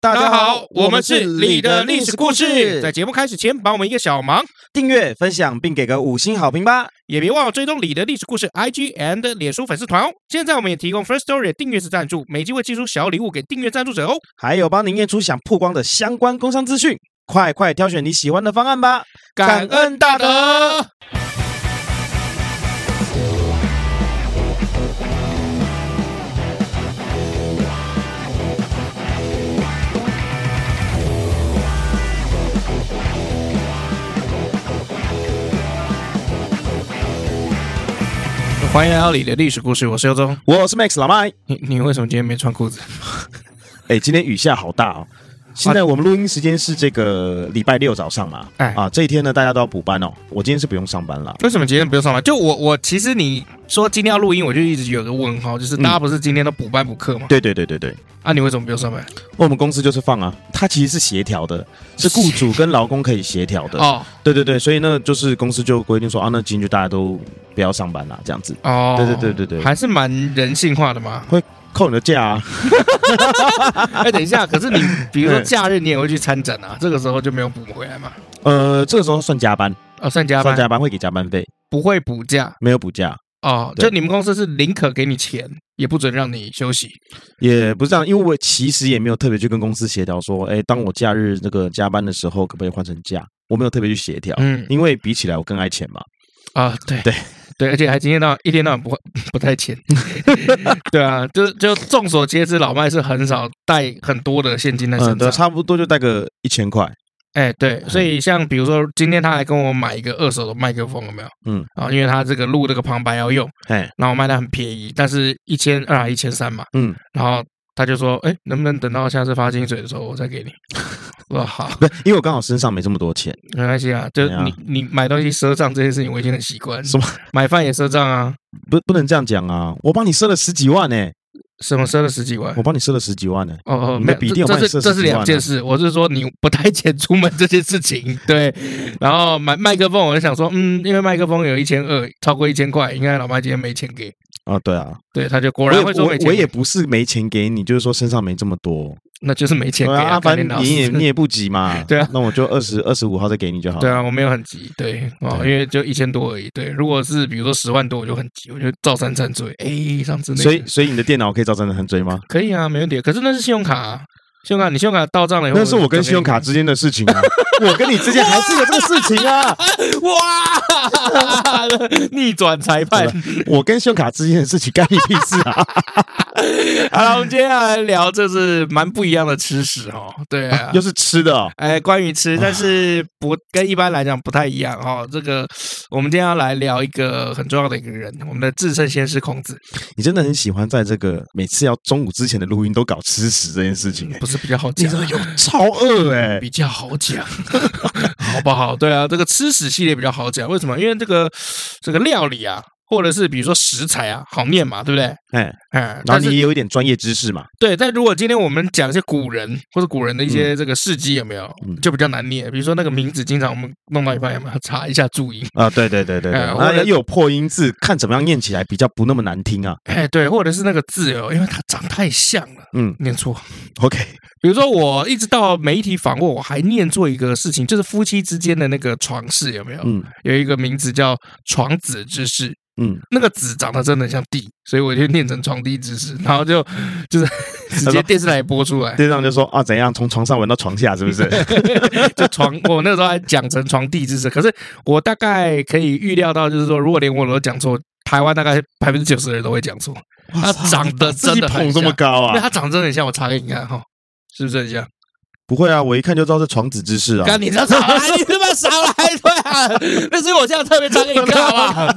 大大家家好好，，我我们们是是你你的的历历史史故故事。事在节目开始前，帮我们一个小忙，订阅、分享并给个五星好评吧。也别忘了追踪你的历史故事 IG and 脸书粉丝团哦。现在我们也提供 First Story 的订阅式赞助，每集会寄出小礼物给订阅赞助者哦。还有帮您验出想曝光的相关工商资讯，快快挑选你喜欢的方案吧。感恩大德。欢迎来到你的历史故事，我是尤忠。我是 Max 老麦。你你为什么今天没穿裤子？哎，今天雨下好大哦。现在我们录音时间是这个礼拜六早上嘛，哎啊，这一天呢大家都要补班哦。我今天是不用上班了， 为什么今天不用上班？就我我其实你说今天要录音，我就一直有个问号，就是大家不是今天都补班补课吗？对对对对对，啊，你为什么不用上班？我们公司就是放啊，它其实是协调的，是雇主跟劳工可以协调的。哦对对对，所以呢就是公司就规定说啊，那今天就大家都不要上班啦，这样子哦，对对对对对。还是蛮人性化的嘛扣你的假啊。哎，等一 下，可是你比如说嗯假日你也会去参展啊，这个时候就没有补回来嘛？呃，这个时候算加班，哦，算加算班加班会给加班费，不会补假没有补假，哦，对就你们公司是宁可给你钱，也不准让你休息。也不是这样，因为我其实也没有特别去跟公司协调说，哎，当我假日那个加班的时候，可不可以换成假？我没有特别去协调，嗯因为比起来我更爱钱嘛。啊，对对对，而且还今天到晚一天到晚不会 不太钱。对啊，就就众所皆知，老麦是很少带很多的现金在嗯，身对，上。差嗯不多就带个一千块，哎、对，所以像比如说今天他还跟我买一个二手的麦克风，有没有？嗯，啊，因为他这个录这个旁白要用。嘿，然后我卖的很便宜，但是一千二还一千三嘛，嗯，然后他就说，哎，能不能等到下次发薪水的时候我再给你？ 我说好，不是，因为我刚好身上没这么多钱，没关系啊，就对啊你你买东西赊账这件事情我已经很习惯，什么买饭也赊账啊，不不能这样讲啊！我帮你赊了十几万呢、什么赊了十几万我。帮你赊了十几万呢、哦哦，你没的笔有，这电有帮这你是赊十这是几万两件啊事，我是说你不带钱出门这件事情，对。 然后买麦克风，我就想说，嗯，因为麦克风有一千二，超过一千块，应该老麦今天没钱给，啊，对啊，对，他就果我然也会说没我钱我给啊也不是没钱给你，就是说身上没这么多。那就是没钱对给啊，反干你正老你也师你也不急嘛。 对啊那我就二十二十五号再给你就好了。对啊，我没有很急，对哦，因对为就一千多而已。对，如果是比如说十万多，我就很急，我就照三三追。哎，上次那个所以，所以你的电脑可以造成很追吗？可以啊，没问题。可是那是信用卡、啊，信用卡你信用卡到账了以后，那是我跟就给信用卡之间的事 情啊，我跟你之间还是有这个事情啊。你哇 逆转裁判。我跟信用卡之间的事情干你屁事 啊！好了，我们接下来聊这是蛮不一样的吃食哦，对啊，又是吃的哦，哎，关于吃，但是不跟一般来讲不太一样哦。这个我们今天要来聊一个很重要的一个人，我们的至圣先师孔子，你真的很喜欢在这个每次要中午之前的录音都搞吃食这件事情、欸，不是比较好你讲真的有超饿哎、比较好讲， 好不好？对啊，这个吃屎系列比较好讲，为什么？因为这个这个料理啊，或者是比如说食材啊，好念嘛，对不对？哎、嗯，然但后你是也有一点专业知识嘛，对，但如果今天我们讲一些古人或者古人的一些这个事迹，有没有嗯就比较难念？比如说那个名字，经常我们弄到一半，有没有查一下注音？ 啊，对对对对对，哎然或后者又有破音字，看怎么样念起来比较不那么难听啊。哎，对，或者是那个字哦，因为它长太像了，嗯念错。 ，OK，比如说，我一直到媒体访问，我还念错一个事情，就是夫妻之间的那个床事，有没有？嗯有一个名字叫床子之事，嗯，那个子长得真的很像地，所以我就念成床地之事，然后就就是直接电视台播出来，店长就说啊，怎样从床上闻到床下是 不是？就床我那时候还讲成床地之事，可是我大概可以预料到，就是说如果连我都讲错，台湾大概百分之九十的人都会讲错，他长得自真己的很捧这像么，高因为啊？他长得真的很像，我查给你看哈。是不是很像？不会啊，我一看就知道是床子之事啊。干你 这少来，你他妈少来！对啊， 那是因为我这样特别查给你看好不 好？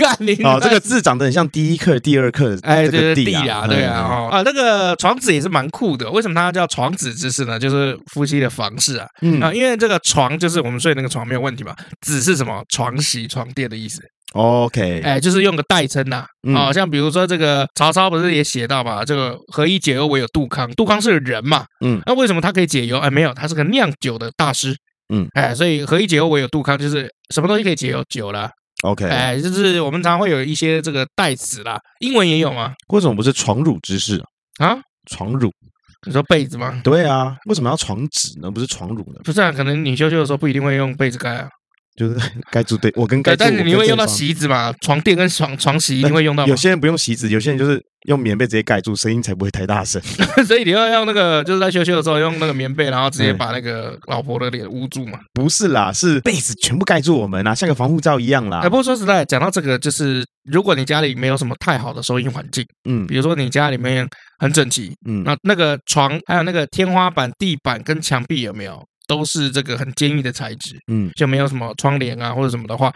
干你哦，这个字长得很像第一课、第二课，哎，这对个对，地啊，啊，对啊，嗯，哦啊，那个床子也是蛮酷的。为什么它叫床子之事呢？就是夫妻的房事啊，啊，嗯，因为这个床就是我们睡那个床没有问题嘛，子是什么床席、床垫的意思， ，OK，哎，就是用个代称呐、嗯啊，像比如说这个曹操不是也写到嘛，这个何以解忧，唯有杜康，杜康是人嘛，嗯那为什么他可以解忧？哎，没有，他是个酿酒的大师。嗯，哎，所以何以解忧，唯有杜康，就是什么东西可以解忧？酒啦， ，OK，哎，就是我们常会有一些这个代词啦，英文也有嘛，为什么不是床褥之事啊？啊，床褥你说被子吗？对啊，为什么要床纸呢？不是床褥呢？不是啊，可能你修修的时候不一定会用被子盖啊。就是该住对，我跟该对，住。但是我你跟会正用到方席子嘛？床垫跟床床席一定会用到嘛有，些人不用席子，有些人就是用棉被直接盖住，声音才不会太大声。 所以你要用那个，就是在修修的时候用那个棉被，然后直接把那个老婆的脸捂住嘛。不是啦，是呃被子全部盖住我们啊，像个防护罩一样啦哎，。不过说实在，讲到这个，就是如果你家里没有什么太好的收音环境，嗯比如说你家里面很整齐，嗯，那那个床还有那个天花板、地板跟墙壁有没有都是这个很坚硬的材质，嗯就没有什么窗帘啊或者什么的话，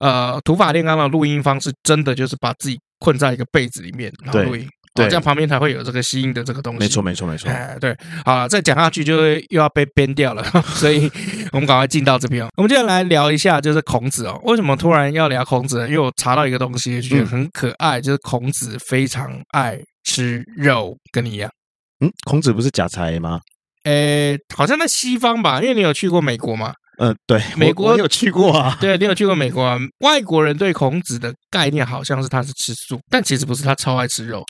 呃，土法炼钢的录音方式真的就是把自己困在一个被子里面然后对录音，对哦这样旁边才会有这个吸音的这个东西。没错没错没错。哎，对，好了，再讲下去就会又要被编掉了， 所以我们赶快进到这边哦。我们接下来聊一下，就是孔子哦，为什么突然要聊孔子呢？因为我查到一个东西，就觉得很可爱，就是孔子非常爱吃肉，跟你一样。嗯，孔子不是假财吗？诶，好像在西方吧，因为你有去过美国嘛？呃，对，美我国我有去过 啊。对，你有去过美国啊？外国人对孔子的概念好像是他是吃素，但其实不是，他超爱吃肉。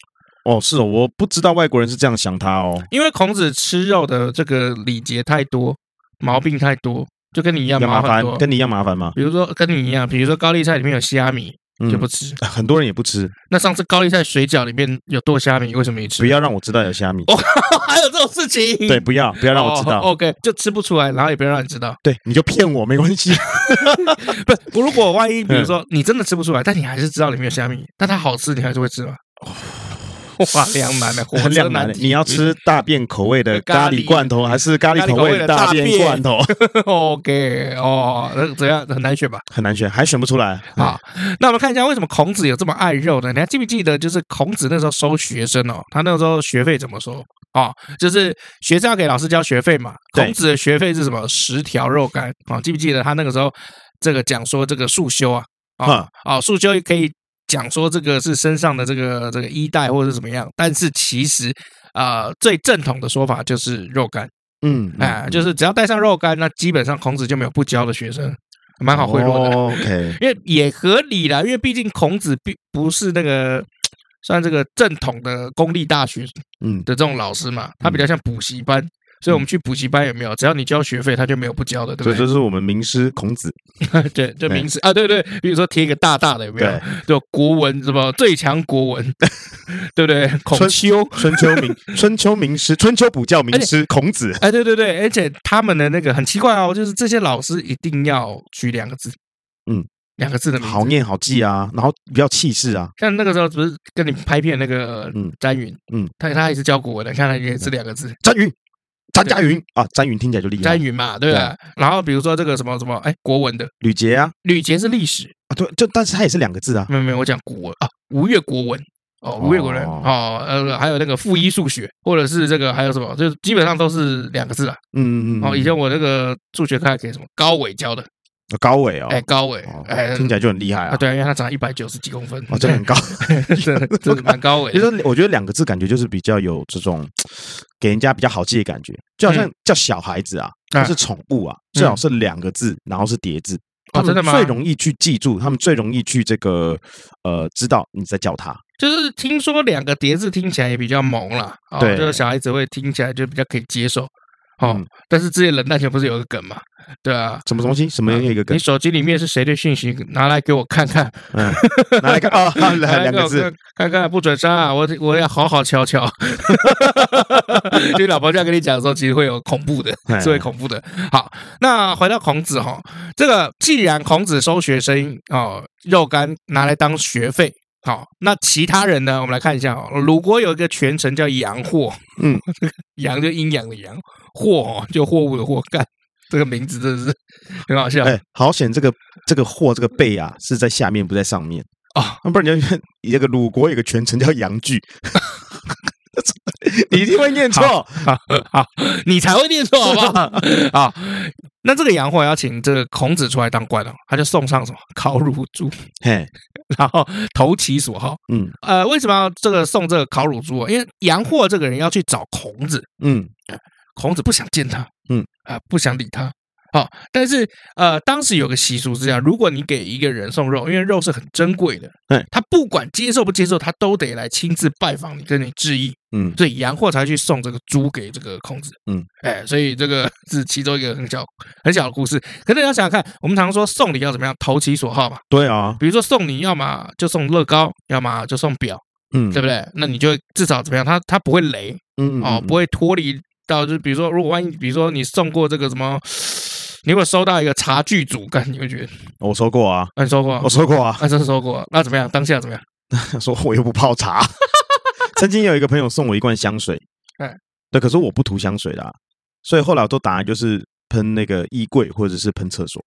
哦，是哦，我不知道外国人是这样想他哦。因为孔子吃肉的这个礼节太多，毛病太多，就跟你一样要麻麻烦烦多，。跟你一样麻烦吗？ 比如说跟你一样，比如说高丽菜里面有虾米嗯就不吃。很多人也不吃，那上次高丽菜水饺里面有剁虾米，为什么你吃？不要让我知道有虾米。 哦还有这种事情？对，，不要不要哦让我知道。 OK，就吃不出来，然后也不要让你知道。对，你就骗我没关 系。不，不如果万一嗯比如说你真的吃不出来，但你还是知道里面有虾米，但它好吃，你还是会 吃吗？哇，两难的，火很车两难难的，题。你要吃大便口味 的咖咖喱喱罐头，还是咖喱口味的大便罐头？ OK 哦，那怎样很难选吧？ 很难选，还选不出 来。好，那我们看一下为什么孔子有这么爱肉呢？你还记不记得，就是孔子那时候收学生哦，他那时候学费怎么说啊、哦？就是学生要给老师交学费嘛。对孔子的学费是什么？十条肉干啊、哦记不记得他那个时候这个讲说这个束修啊，啊、哈啊、束修可以讲说这个是身上的这个这个衣带或者是怎么样，但是其实呃最正统的说法就是肉干。嗯，哎、就是只要带上肉干，那基本上孔子就没有不教的学生，蛮好贿赂的。哦 OK，因为也合理啦，因为毕竟孔子并不是那个算这个正统的公立大学的嗯，这种老师嘛，他比较像补习班。所以我们去补习班有没有？只要你交学费，他就没有不交的，对所不以这是我们名师孔子。对？ 对，这名词啊，对对，比如说贴一个大大的有没有对？就国文什么最强国 文，对不对？孔春丘，春秋名 春秋名师，春秋补教名师孔子。哎，对对对，而且他们的那个很奇怪哦，就是这些老师一定要取两个字，嗯，两个字的名字好念好记啊，然后比较气势啊，像那个时候不是跟你拍片那个嗯詹云，嗯他他也是教古文的，看他也是两个字，詹云，詹家云啊，詹云听起来就厉害詹，云嘛，对吧？然后比如说这个什么什么，哎，国文的吕杰啊，吕杰是历史，啊对，就但是他也是两个字啊，没有没有，我讲古文啊，吴越国文。哦，吴越国人哦哦，呃，还有那个负一数学，或者是这个还有什么，就是基本上都是两个字啊。嗯嗯嗯，哦，以前我那个数学课还给什么高伟教的，高伟哦，哎，高伟哦，哎，听起来就很厉害啊，啊，对啊，因为他长一百九十几公分，哦，真的 很高。真的真的蛮高伟就的。是我觉得两个字感觉就是比较有这种给人家比较好记的感觉，就好像叫小孩子啊，嗯啊嗯或是宠物啊，最好是两个字，然后是叠字。哦他们真的吗最容易去记住，他们最容易去这个呃，知道你在叫他。就是听说两个叠字听起来也比较萌啦，哦，对就是小孩子会听起来就比较可以接受。哦，嗯但是之前冷淡前不是有个梗嘛？对啊，什么东西？什么一个梗你？手机里面是谁的讯息？拿来给我看看，嗯， 拿来看 啊，哦 来两给个我字看，看看不准删啊！我我要好好瞧瞧。 就老婆这样跟你讲的时候，其实会有恐怖的， 哎是会恐怖的。好，那回到孔子哈、这个既然孔子收学生哦，肉干拿来当学费。好，那其他人呢？我们来看一下哦。鲁国有一个权臣叫杨货， 嗯，杨就阴阳的阳，货哦就货物的货，干这个名字真的是很好笑。哎，好险！这个这个货这个贝啊是在下面，不在上面哦啊，不然你就你这个鲁国有个全称叫杨 句，你一定会念错。好好，你才会念错，好不好？好，那这个杨货要请这个孔子出来当官哦，他就送上什么烤乳猪，嘿，然后投其所好。嗯呃，为什么要这个送这个烤乳猪啊？因为杨货这个人要去找孔子，嗯孔子不想见他，嗯啊、不想理他，好、但是呃，当时有个习俗是这样：如果你给一个人送肉，因为肉是很珍贵的对，他不管接受不接受，他都得来亲自拜访你，跟你致意。嗯所以洋货才去送这个猪给这个孔子。嗯，哎，所以这个 是其中一个很小很小的故事。可是你要想想看，我们常说送礼要怎么样，投其所好嘛。对啊，比如说送你要么就送乐高，要么就送表，嗯对不对？那你就至少怎么样，他他不会雷嗯哦，不会脱离到就是比如说，如果万一比如说你送过这个什么，你如果收到一个茶具组，干你会觉得，我说过啊，啊你收过啊我？说过啊，啊，真的收过啊，那怎么样？当下怎么样？说我又不泡 茶。曾经有一个朋友送我一罐香水，哎对，可是我不涂香水啦，所以后来我都打算就是喷那个衣柜或者是喷厕所。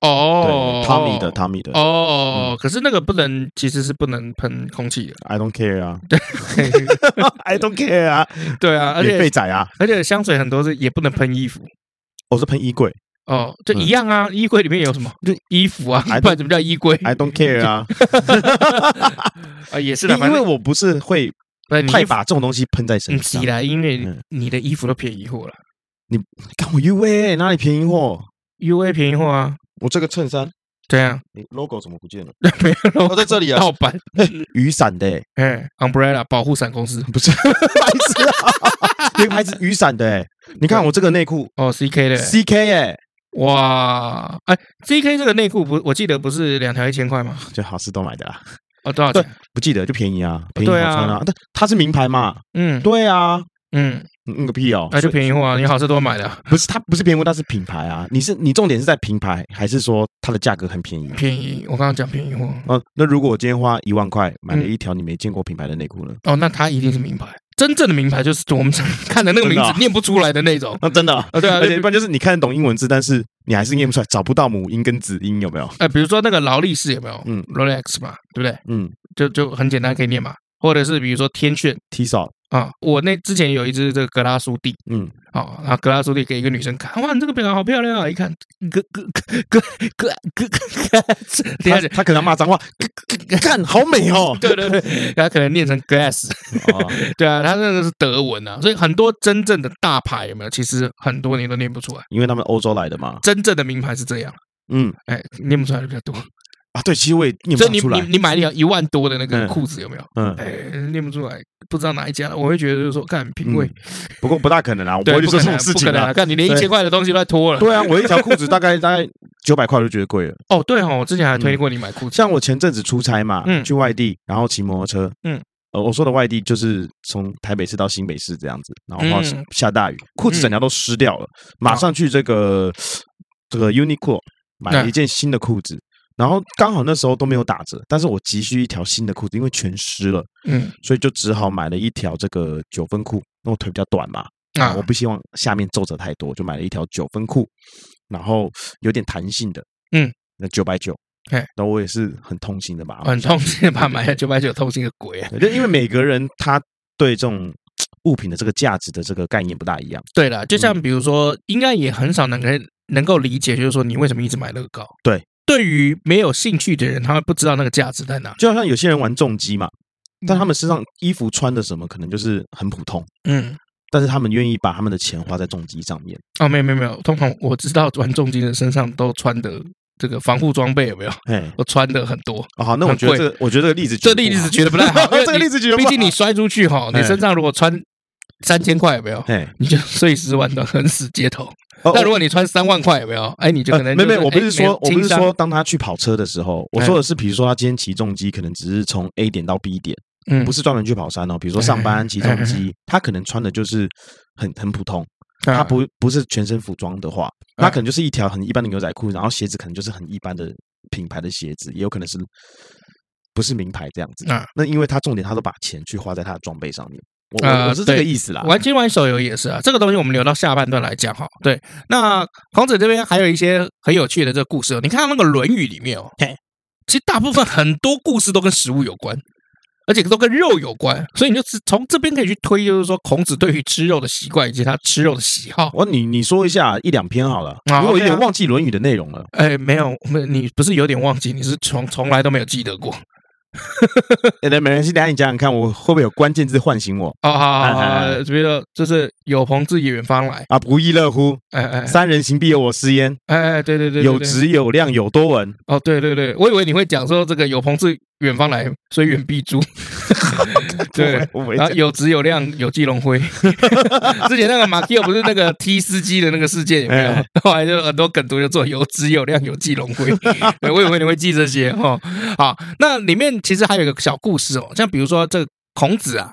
哦对，，嗯汤米的，汤米的哦，可是那个不能，其实是不能喷空气的。 ，I don't care 啊，I don't care 啊，对啊，而免费且仔啊，而且香水很多是也不能喷衣服我是喷衣柜哦，就嗯一样啊。衣柜里面有什么？就衣服啊， I- 不然怎么叫衣柜，I don't care 啊，啊？嗯也是的，反因为正我不是会不然你太衣服把这种东西喷在身嗯上急。啦，因为嗯你的衣服都便宜货了看我 U A 哪里便宜货？ ，U A 便宜货啊，我这个衬衫，对啊，你 logo 怎么不见了？ 没有哦我在这里啊，盗版，雨伞的 欸，哎，Umbrella 保护伞公司不是白痴啊，那个牌子雨伞的欸，你看我这个内 裤哦，C K 的 C K 哎，哇，哎，C K 这个内裤不，我记得不是两条一千块吗？就好事都买的啦，哦，多少钱？不记得就便宜啊，便宜好对啊穿啊，但它是名牌嘛，嗯对啊，嗯，嗯个屁哦，那就便宜货啊，你好事多买的啊，不是它不是便宜货，它是品牌啊，你是你重点是在品牌，还是说它的价格很便宜？便宜，我刚刚讲便宜货，嗯，那如果我今天花一万块买嗯了一条你没见过品牌的内裤呢？哦，那它一定是名牌，真正的名牌就是 我们常看的那个名真的啊字念不出来的那种。 那真的啊， 啊，对啊，而且就一般就是你看得懂英文字，但是你还是念不出来，找不到母音跟子音，有没有？呃，比如说那个劳力士有没有？嗯嗯，Rolex 嘛，对不对？嗯就就很简单可以念嘛。或者是比如说天炫，T 少，啊，我那之前有一只这个格拉苏蒂嗯，啊，然后格拉苏蒂给一个女生看，哇，你这个表好漂亮啊！一看，格格格格格格，等他一下，他可能骂脏话， 。看好美 哦对对对，他可能念成 glass，对啊，他那个是德文啊，所以很多真正的大牌有没有？其实很多你都念不出来，因为他们欧洲来的嘛，真正的名牌是这样，嗯哎，念不出来的比较多。啊，对，其实我也念所不以你出你来，你买一条一万多的那嗯个裤子有没有？嗯，哎，念不出来，不知道哪一家的，我会觉得就是说，看品味，不过不大可能嗯啦，我不对，会去不做可这种能啊，事不情可能啊，啦。看你连一对千块的东西都在脱了。对啊，我一条裤子大概大概九百块我就觉得贵了。哦，对哦，我之前还推荐过你买裤嗯子，像我前阵子出差嘛，嗯去外地，然后骑摩托车，嗯，呃，我说的外地就是从台北市到新北市这样子，然后怕嗯下大雨，裤子整条都湿掉了，马上去这个这个 Uniqlo 买嗯了一件新的裤子，然后刚好那时候都没有打折，但是我急需一条新的裤子，因为全湿了，嗯所以就只好买了一条这个九分裤，那我腿比较短嘛，啊我，不希望下面皱褶太多，就买了一条九分裤，然后有点弹性的，嗯，那九百九，嘿嗯然后我也是很痛心的吧，啊很痛心，把买了九百九痛心个鬼啊！对，就因为每个人他对这种物品的这个价值的这个概念不大一样，对了，嗯就像比如说，应该也很少能够能够理解，就是说你为什么一直买乐高。对，对于没有兴趣的人，他们不知道那个价值在哪。就好像有些人玩重击嘛，但他们身上衣服穿的什么可能就是很普通，嗯，但是他们愿意把他们的钱花在重击上面，哦，没有没有没有，通常我知道玩重机的身上都穿的这个防护装备有没有？哎，我穿的很多，哦好，那我很觉得贵这个，我觉得这个例子这举得例不好子觉得不 太好，因为这个你例子觉得不毕竟好你摔出去哈，你哎身上如果穿三千块有没有？哎， 你就碎尸万段，横死街头。哦呃那如果你穿三万块有没有？哎，你就可能没就没，我不哎是说，我不轻是伤哎说，当他去跑车的时候，我说的是，比如说他今天骑重机，可能只是从 A 点到 B 点，嗯不是专门去跑山哦。比如说上班骑重哎机，他可能穿的就是很很普通，啊他不不是全身服装的话，啊他可能就是一条很一般的牛仔裤，然后鞋子可能就是很一般的品牌的鞋子，也有可能是不是名牌这样子啊。那因为他重点，他都把钱去花在他的装备上面，我啊我我是这个对意思啦。玩今玩手游也是啊，这个东西我们留到下半段来讲哈。对，那孔子这边还有一些很有趣的这个故事哦。你看到那个《论语》里面哦，其实大部分很多故事都跟食物有关，而且都跟肉有关，所以你就是从这边可以去推，就是说孔子对于吃肉的习惯以及他吃肉的喜好。我你你说一下一两篇好了，因啊为我有 OK 啊点忘记《论语》的内容了。哎，没有，我们你不是有点忘记，你是从从来都没有记得过。那没关系，等一下你想想看，我会不会有关键字唤醒我哦，好好好哎哎好，这边的就是有朋自远方来，啊？不亦乐乎，哎哎三人行必有我师焉，哎哎，对对对，对有对质有量有多文。哦，对对对，我以为你会讲说这个有朋自远方来，虽远必诛， 对， 我没然后啊有质有量有基隆灰。 之前那个马奎尔不是那个 踢司机的那个事件有没有哎？后来就很多梗图就做有质有量有基隆灰。对我以为你会记这些哦。好，那里面其实还有一个小故事哦，像比如说这孔子啊，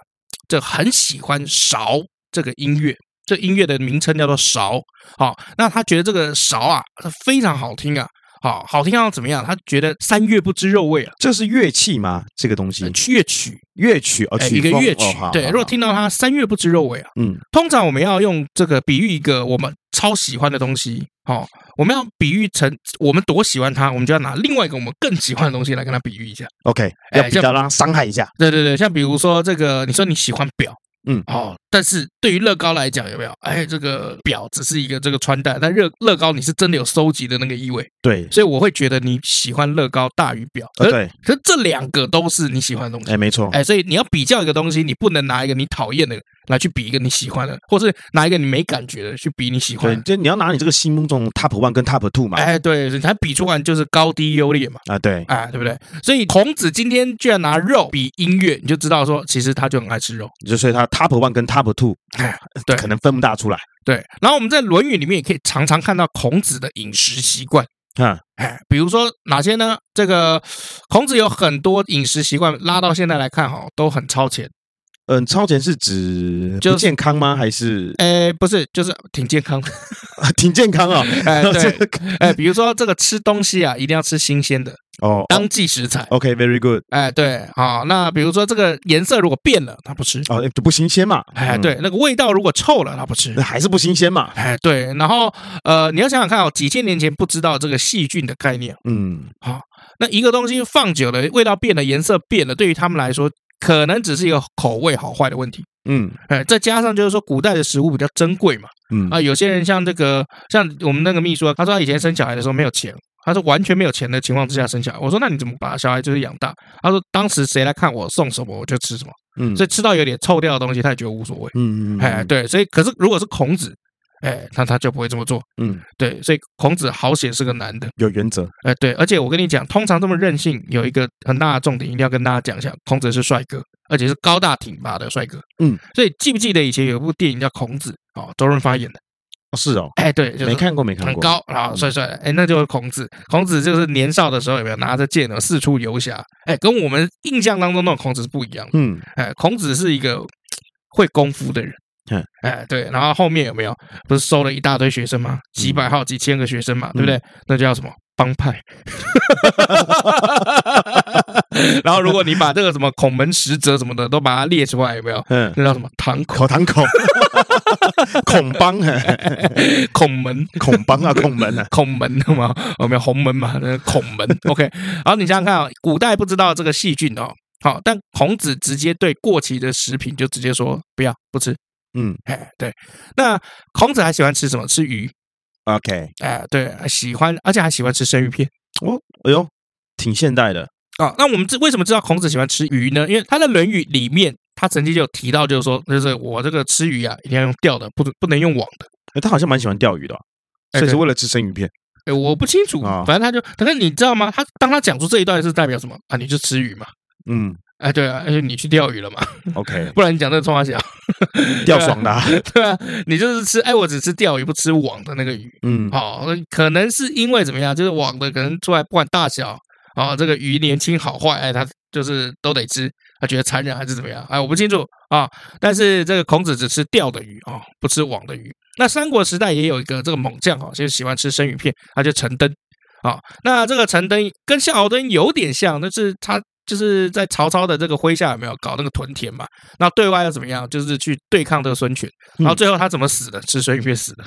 就很喜欢韶这个音乐。这音乐的名称叫做韶，好、那他觉得这个韶啊非常好听啊，好、好听到怎么样？他觉得三月不知肉味啊，这是乐器吗？这个东西，乐曲乐曲哦，呃哎曲一个风乐哦曲好。对，好如果好听到它三月不知肉味啊，嗯，通常我们要用这个比喻一个我们超喜欢的东西，好、我们要比喻成我们多喜欢它，我们就要拿另外一个我们更喜欢的东西来跟它比喻一下。 OK，哎要比较让它伤害一下，对对对，像比如说这个，你说你喜欢表。嗯哦，但是对于乐高来讲，有没有？哎，这个表只是一个这个穿戴，但乐乐高你是真的有收集的那个意味，对，所以我会觉得你喜欢乐高大于表。呃可对，可是这两个都是你喜欢的东西。哎，没错，哎，所以你要比较一个东西，你不能拿一个你讨厌的来去比一个你喜欢的，或是拿一个你没感觉的去比你喜欢对，的。就你要拿你这个心目中的 Top One 跟 Top Two 嘛，哎，对，所以它比出来就是高低优劣嘛，啊，对，哎，对不对？所以孔子今天居然拿肉比音乐，你就知道说，其实他就很爱吃肉。就所以它 Top One 跟 Top Two 哎，对可能分不大出来，对，然后我们在《论语》里面也可以常常看到孔子的饮食习惯。嗯，哎，比如说哪些呢？这个孔子有很多饮食习惯，拉到现在来看哈，都很超前。嗯，超前是指就不健康吗？还 是哎，不是，就是挺健康的。挺健康啊？哎，对，这个哎，比如说这个吃东西啊，一定要吃新鲜的， 哦当季食材。 ，OK，very good，哎，对，好，那比如说这个颜色如果变了，他不吃；哦，哎不新鲜嘛，哎，嗯，对，那个味道如果臭了，他不吃 那。还是不新鲜嘛，哎，对，然后呃，你要想想看哦，几千年前不知道这个细菌的概念，嗯，那一个东西放久了，味道变了，颜色变了，对于他们来说，可能只是一个口味好坏的问题。嗯哎，再加上就是说，古代的食物比较珍贵嘛，嗯啊，有些人像这个，像我们那个秘书啊，他说他以前生小孩的时候没有钱，他说完全没有钱的情况之下生小孩。我说那你怎么把小孩就是养大？他说当时谁来看我送什么我就吃什么，嗯，所以吃到有点臭掉的东西他也觉得无所谓。嗯嗯，哎，嗯，对，所以可是如果是孔子，哎，那他就不会这么做。嗯，对，所以孔子好险是个男的。有原则，哎，对，而且我跟你讲，通常这么任性有一个很大的重点，一定要跟大家讲一下，孔子是帅哥，而且是高大挺拔的帅哥。嗯，所以记不记得以前有一部电影叫《孔子》哦，周润发演的。哦是哦，哎，对，就是没看过没看很过，高，然后帅帅的，哎，那就是孔子。孔子就是年少的时候有没有拿着剑呢四处游侠？哎，跟我们印象当中那种孔子是不一样的。嗯，哎，孔子是一个嘖会功夫的人嗯。哎，对，然后后面有没有不是收了一大堆学生吗？几百号、几千个学生嘛，对不对？那叫什么帮派？然后如果你把这个什么孔门十哲什么的都把它列出来，有没有？嗯， 那叫什么堂口、口堂口， 孔帮，嘿孔门？孔帮啊，孔门啊，孔门的嘛，我们有洪门嘛， 那个孔门。OK，然后你想想看啊、古代不知道这个细菌哦，好，但孔子直接对过期的食品就直接说不要不吃。嗯哎，对，那孔子还喜欢吃什么？吃鱼， ，OK，哎，对，喜欢，而且还喜欢吃生鱼片哦，哎呦，挺现代的，啊、那我们知为什么知道孔子喜欢吃鱼呢？因为他在《论语》里面，他曾经就有提到，就是说，就是我这个吃鱼啊，一定要用钓的，不不能用网的。哎，他好像蛮喜欢钓鱼的啊，哎所以是对为了吃生鱼片，哎，我不清楚，啊反正他就，可是你知道吗？他当他讲出这一段是代表什么啊？你就吃鱼嘛。 嗯哎，对啊，而且你去钓鱼了嘛， ，OK，不然你讲这个冲花小，钓爽的啊， 对啊，你就是吃，哎，我只吃钓鱼，不吃网的那个鱼。 嗯，好、那可能是因为怎么样，就是网的可能出来不管大小，啊、这个鱼年轻好坏，哎，他就是都得吃，他觉得残忍还是怎么样，哎，我不清楚啊、但是这个孔子只吃钓的鱼啊、不吃网的鱼。那三国时代也有一个这个猛将哈、就是喜欢吃生鱼片，他就陈登啊、那这个陈登跟夏侯惇有点像，但是他。就是在曹操的这个麾下有没有搞那个屯田嘛？那对外要怎么样？就是去对抗这个孙权，然后最后他怎么死的？吃生鱼片死的。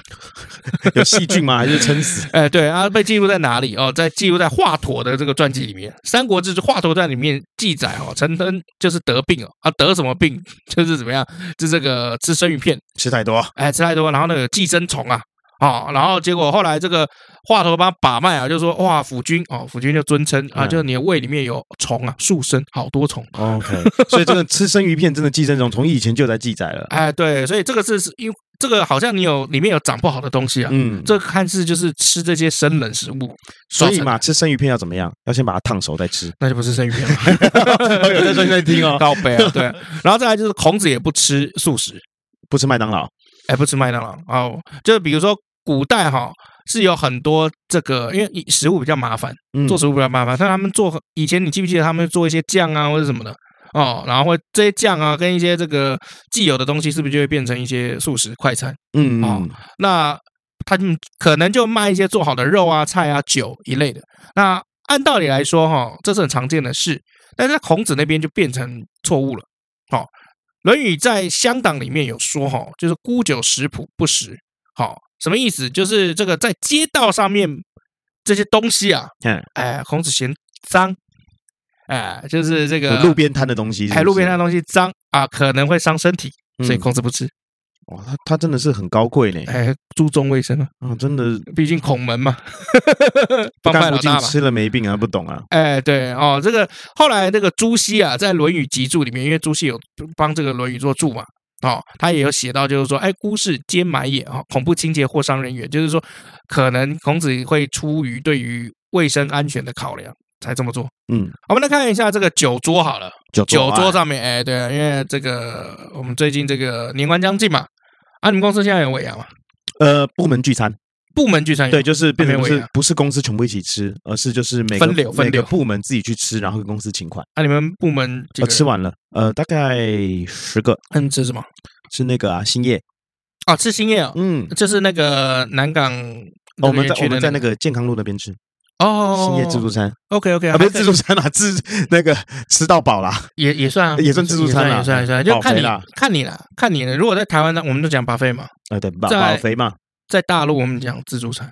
有细菌吗？还是撑死？哎，对啊，被记录在哪里？哦，在记录在华佗的这个传记里面，《三国志》华佗传里面记载哦，陈登就是得病哦，啊，得什么病？ 就是怎么样，就这个吃生鱼片，吃太多，啊哎，吃太多，然后那个寄生虫啊，哦，然后结果后来这个话头帮他把脉啊，就说哇，府君哦，府君就尊称啊，嗯就是你的胃里面有虫啊，数生好多虫。 OK，所以这个吃生鱼片真的寄生虫，从以前就在记载了。哎，对，所以这个是是因为这个好像你有里面有长不好的东西啊，嗯，这看似就是吃这些生冷食物，所以造成的，嘛，吃生鱼片要怎么样？要先把它烫熟再吃。那就不是生鱼 片了。有在认真听哦，告白啊，对。然后再来就是孔子也不吃素食，不吃麦当劳。哎，不吃麦当劳哦，就是比如说古代哈、是有很多这个，因为以食物比较麻烦，嗯做食物比较麻烦，但他们做以前你记不记得他们做一些酱啊或者什么的哦，然后会这些酱啊跟一些这个既有的东西，是不是就会变成一些素食快餐？嗯哦嗯那他们可能就卖一些做好的肉啊、菜啊、酒一类的。那按道理来说，哈，这是很常见的事，但是在孔子那边就变成错误了。好，《论语》在乡党里面有说，哈，就是沽酒食朴不食。好，什么意思？就是这个在街道上面这些东西啊，嗯，哎，孔子嫌脏，哎，就是这个路边摊的东西是不是，哎路边摊的东西脏啊，可能会伤身体，所以嗯孔子不吃。哇，他他真的是很高贵呢，哎，注重卫生啊。啊，真的毕竟孔门 嘛，不帮派干老不净大嘛。吃了没病啊，不懂啊，哎，对哦，这个后来那个朱熹啊，在《论语集注》里面，因为朱熹有帮这个《论语》做注嘛，哦，他也有写到，就是说，哎，孤氏兼埋也啊、哦，恐怖清洁或伤人也，就是说，可能孔子会出于对于卫生安全的考量才这么做。嗯，好我们来看一下这个酒桌好了，酒酒桌啊上面，哎，对、啊，因为这个我们最近这个年关将近嘛，啊，你们公司现在有尾牙嘛？呃部门聚餐，部门聚餐有对，就是变成还不没尾是牙不是公司全部一起吃，而是就是每个啊分流分每个流部门自己去吃，然后跟公司请款。啊，你们部门几呃，个吃人？完了，呃，大概十个嗯，吃什么？是那个啊，兴业，哦，吃兴业哦，嗯，就是那个南港哦我们在去我的们在那个个健康路那边吃哦，兴业自助餐， OK OK，啊，不是自助餐啦，自那个吃到饱 啦，也也算啊也算自助餐啦也算也算，也算就看饱肥啦你看你啦，看你了。如果在台湾呢，我们就讲 buffet 嘛，呃，对，饱在饱肥嘛。在大陆我们讲自助餐，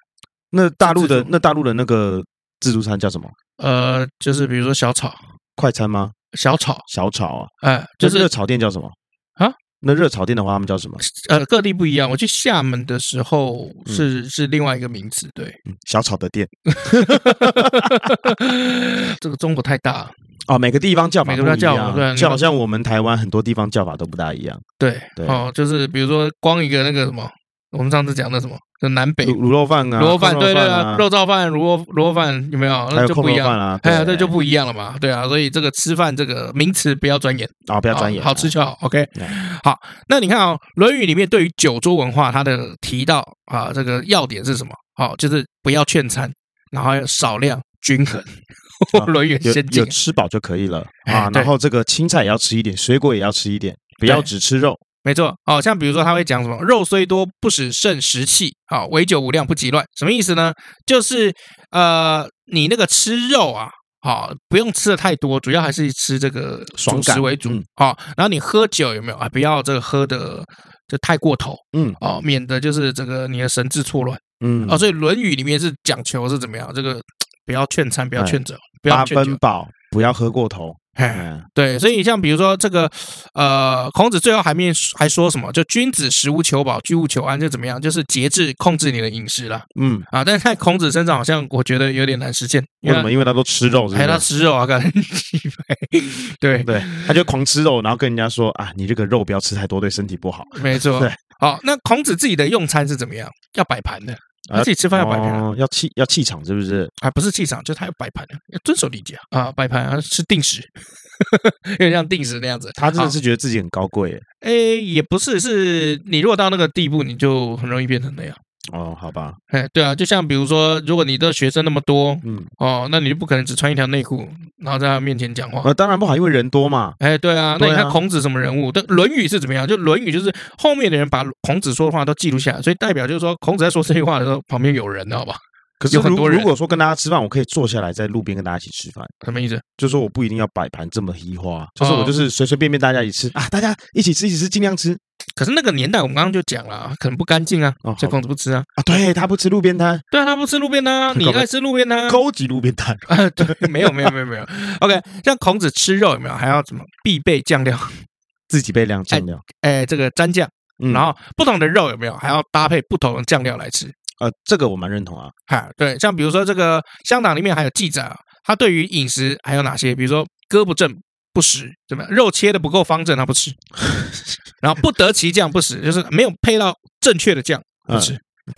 那大陆自的助那大陆的那个自助餐叫什么？呃，就是比如说小炒快餐吗？小炒，小炒啊，哎，就就是热是炒店叫什么啊？那热炒店的话，他们叫什么？呃各地不一样。我去厦门的时候是是另外一个名词， 对，嗯小炒的店这个中国太大了，哦，每个地方叫法每个地方不一样叫法对啊就好像我们台湾很多地方叫法都不大一样。对，对哦，就是比如说光一个那个什么，我们上次讲的什么，就南北卤卤肉饭啊，卤肉饭，控对对啊啊，，肉燥饭、卤肉卤肉饭有没有？还那有就控不肉一样饭。啊，哎呀，对，就不一样了嘛，对啊，所以这个吃饭这个名词不要钻研，啊，不不要钻研，好吃。就好。OK，对好，那你看哦，《论语》里面对于酒桌文化，它的提到啊，这个要点是什么？好，就是不要劝餐，然后要少量均衡。 《论语》啊有很先进有，吃饱就可以了啊哎，对然后这个青菜也要吃一点，水果也要吃一点，不要对只吃肉。没错。哦，像比如说他会讲什么“肉虽多，不使胜食气”，好，唯酒无量不及乱。什么意思呢？就是呃，你那个吃肉啊，好、不用吃的太多，主要还是吃这个爽主感食为主嗯。好、然后你喝酒有没有啊？不要这个喝的就太过头，嗯哦，免得就是这个你的神志错乱。嗯，哦，所以《论语》里面是讲求是怎么样？这个不要劝餐，不要哎劝酒，不八要劝酒分。饱，不要喝过头。哎嗯，对，所以像比如说这个，呃，孔子最后还面还说什么？就君子食无求饱，居无求安，就怎么样？就是节制控制你的饮食啦。嗯，啊。但是在孔子身上，好像我觉得有点难实践，因为什么？为因为他都吃肉，是他不是还有他吃肉啊，干对，对，他就狂吃肉，然后跟人家说啊，你这个肉不要吃太多，对身体不好。没错对。好，那孔子自己的用餐是怎么样？要摆盘的，啊他自己吃饭要摆盘啊，哦，要气要气场是不是？啊，不是气场，就他要摆盘的，要遵守礼节啊啊，摆盘啊，吃定时， 有点像定时那样子。他真的好是觉得自己很高贵耶诶，也不是，是你如果到那个地步，你就很容易变成那样。哦，好吧，哎，对啊，就像比如说，如果你的学生那么多嗯，哦，那你就不可能只穿一条内裤，然后在他面前讲话。呃，当然不好，因为人多嘛，哎，对啊，那你对看啊孔子什么人物？但《论语》是怎么样？就《论语》就是后面的人把孔子说的话都记录下来，所以代表就是说，孔子在说这句话的时候，旁边有人，知道吧？可是有很如多人如果说跟大家吃饭，我可以坐下来在路边跟大家一起吃饭，什么意思？就说我不一定要摆盘这么移花，就是我哦就是随随便便大家一起吃啊，大家一起吃一起吃，尽量吃可是那个年代，我们刚刚就讲了啊，可能不干净啊哦好，所以孔子不吃啊。啊。对他不吃路边摊，对啊，他不吃路边摊啊，搞不你好爱吃路边摊啊。高级路边摊，啊， 对，没有没有没有没有。OK，像孔子吃肉有没有？还要怎么必备酱料？自己备量酱料，哎，这个蘸酱，嗯然后不同的肉有没有？还要搭配不同的酱料来吃。呃，这个我蛮认同啊。哈，对，像比如说这个香港里面还有记载啊，他对于饮食还有哪些，比如说胳不正不食，怎么样，肉切的不够方正他不吃，然后不得其酱不食，就是没有配到正确的酱不吃。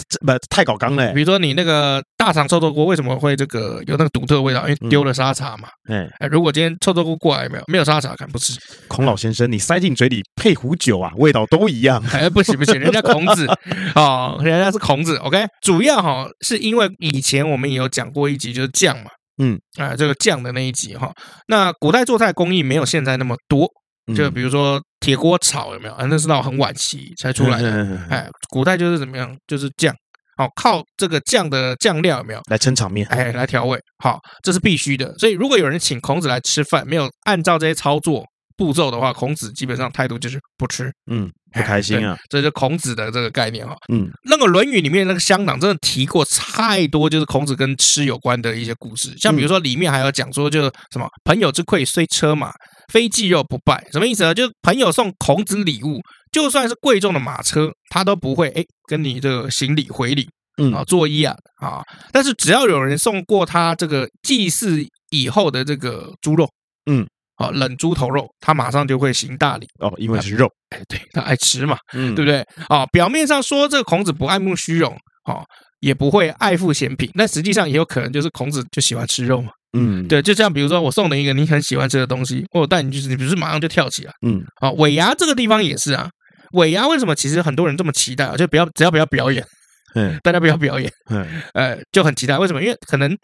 这不太搞纲了欸嗯比，如说你那个大肠臭豆锅为什么会这个有那个独特的味道？因为丢了沙茶嘛。哎，哎，如果今天臭豆锅过来有没有没有沙茶，敢不吃？孔老先生，你塞进嘴里配壶酒啊，味道都一样。 哎，不行不行，人家孔子哦，人家是孔子。OK，主要哈、是因为以前我们也有讲过一集，就是酱嘛，嗯，啊、这个酱的那一集哈、那古代做菜工艺没有现在那么多，嗯就比如说铁锅炒有没有？啊，那是到很晚期才出来的。的，哎，古代就是怎么样，就是酱，哦，靠这个酱的酱料有没有？来撑场面。哎，来调味，好，这是必须的。所以如果有人请孔子来吃饭，没有按照这些操作步骤的话，孔子基本上态度就是不吃，嗯，不开心啊。这就是孔子的这个概念哈、嗯，那个《论语》里面那个乡党真的提过太多，就是孔子跟吃有关的一些故事，像比如嗯说里面还有讲说，就是什么朋友之馈虽车马，非祭肉不拜，什么意思呢？就是朋友送孔子礼物，就算是贵重的马车，他都不会哎跟你这个行礼回礼，嗯啊，作揖啊啊！但是只要有人送过他这个祭祀以后的这个猪肉，嗯，啊，冷猪头肉，他马上就会行大礼。哦，因为是肉，哎，对他爱吃嘛，嗯对不对？啊、表面上说这个孔子不爱慕虚荣，哦，也不会爱富嫌贫，但实际上也有可能就是孔子就喜欢吃肉嘛。嗯，，对，就像比如说我送你一个你很喜欢吃的东西，我带你去吃，你不是马上就跳起来？嗯，啊、尾牙这个地方也是啊。尾牙为什么其实很多人这么期待啊？就不要只要不要表演，嗯大家不要表演，嗯呃，就很期待。为什么？因为可能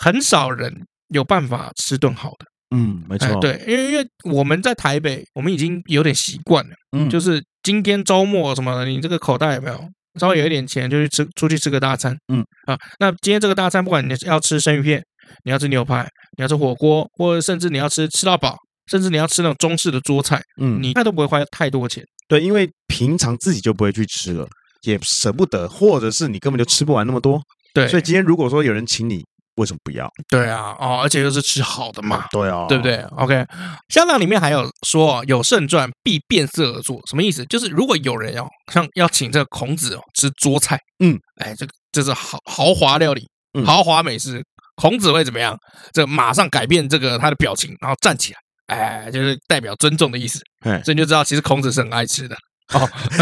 很少人有办法吃顿好的。嗯，没哎错，，对，因为因为我们在台北，我们已经有点习惯了。嗯，就是是今天周末什么的，你这个口袋有没有稍微有一点钱，就去吃出去吃个大餐，嗯啊，那今天这个大餐，不管你是要吃生鱼片，你要吃牛排，你要吃火锅，或者甚至你要吃吃到饱，甚至你要吃那种中式的桌菜，嗯，你那都不会花太多钱。对，因为平常自己就不会去吃了，也舍不得，或者是你根本就吃不完那么多，对，所以今天如果说有人请你，为什么不要？对啊，哦，而且又是吃好的嘛，对哦，啊对不？对？OK，香港里面还有说哦有胜传必变色而作，什么意思？就是如果有人要像要请这个孔子哦吃桌菜，嗯，哎，这个这是豪豪华料理，嗯豪华美食，孔子会怎么样？这马上改变这个他的表情，然后站起来。哎，就是代表尊重的意思，哎所以你就知道，其实孔子是很爱吃的。哦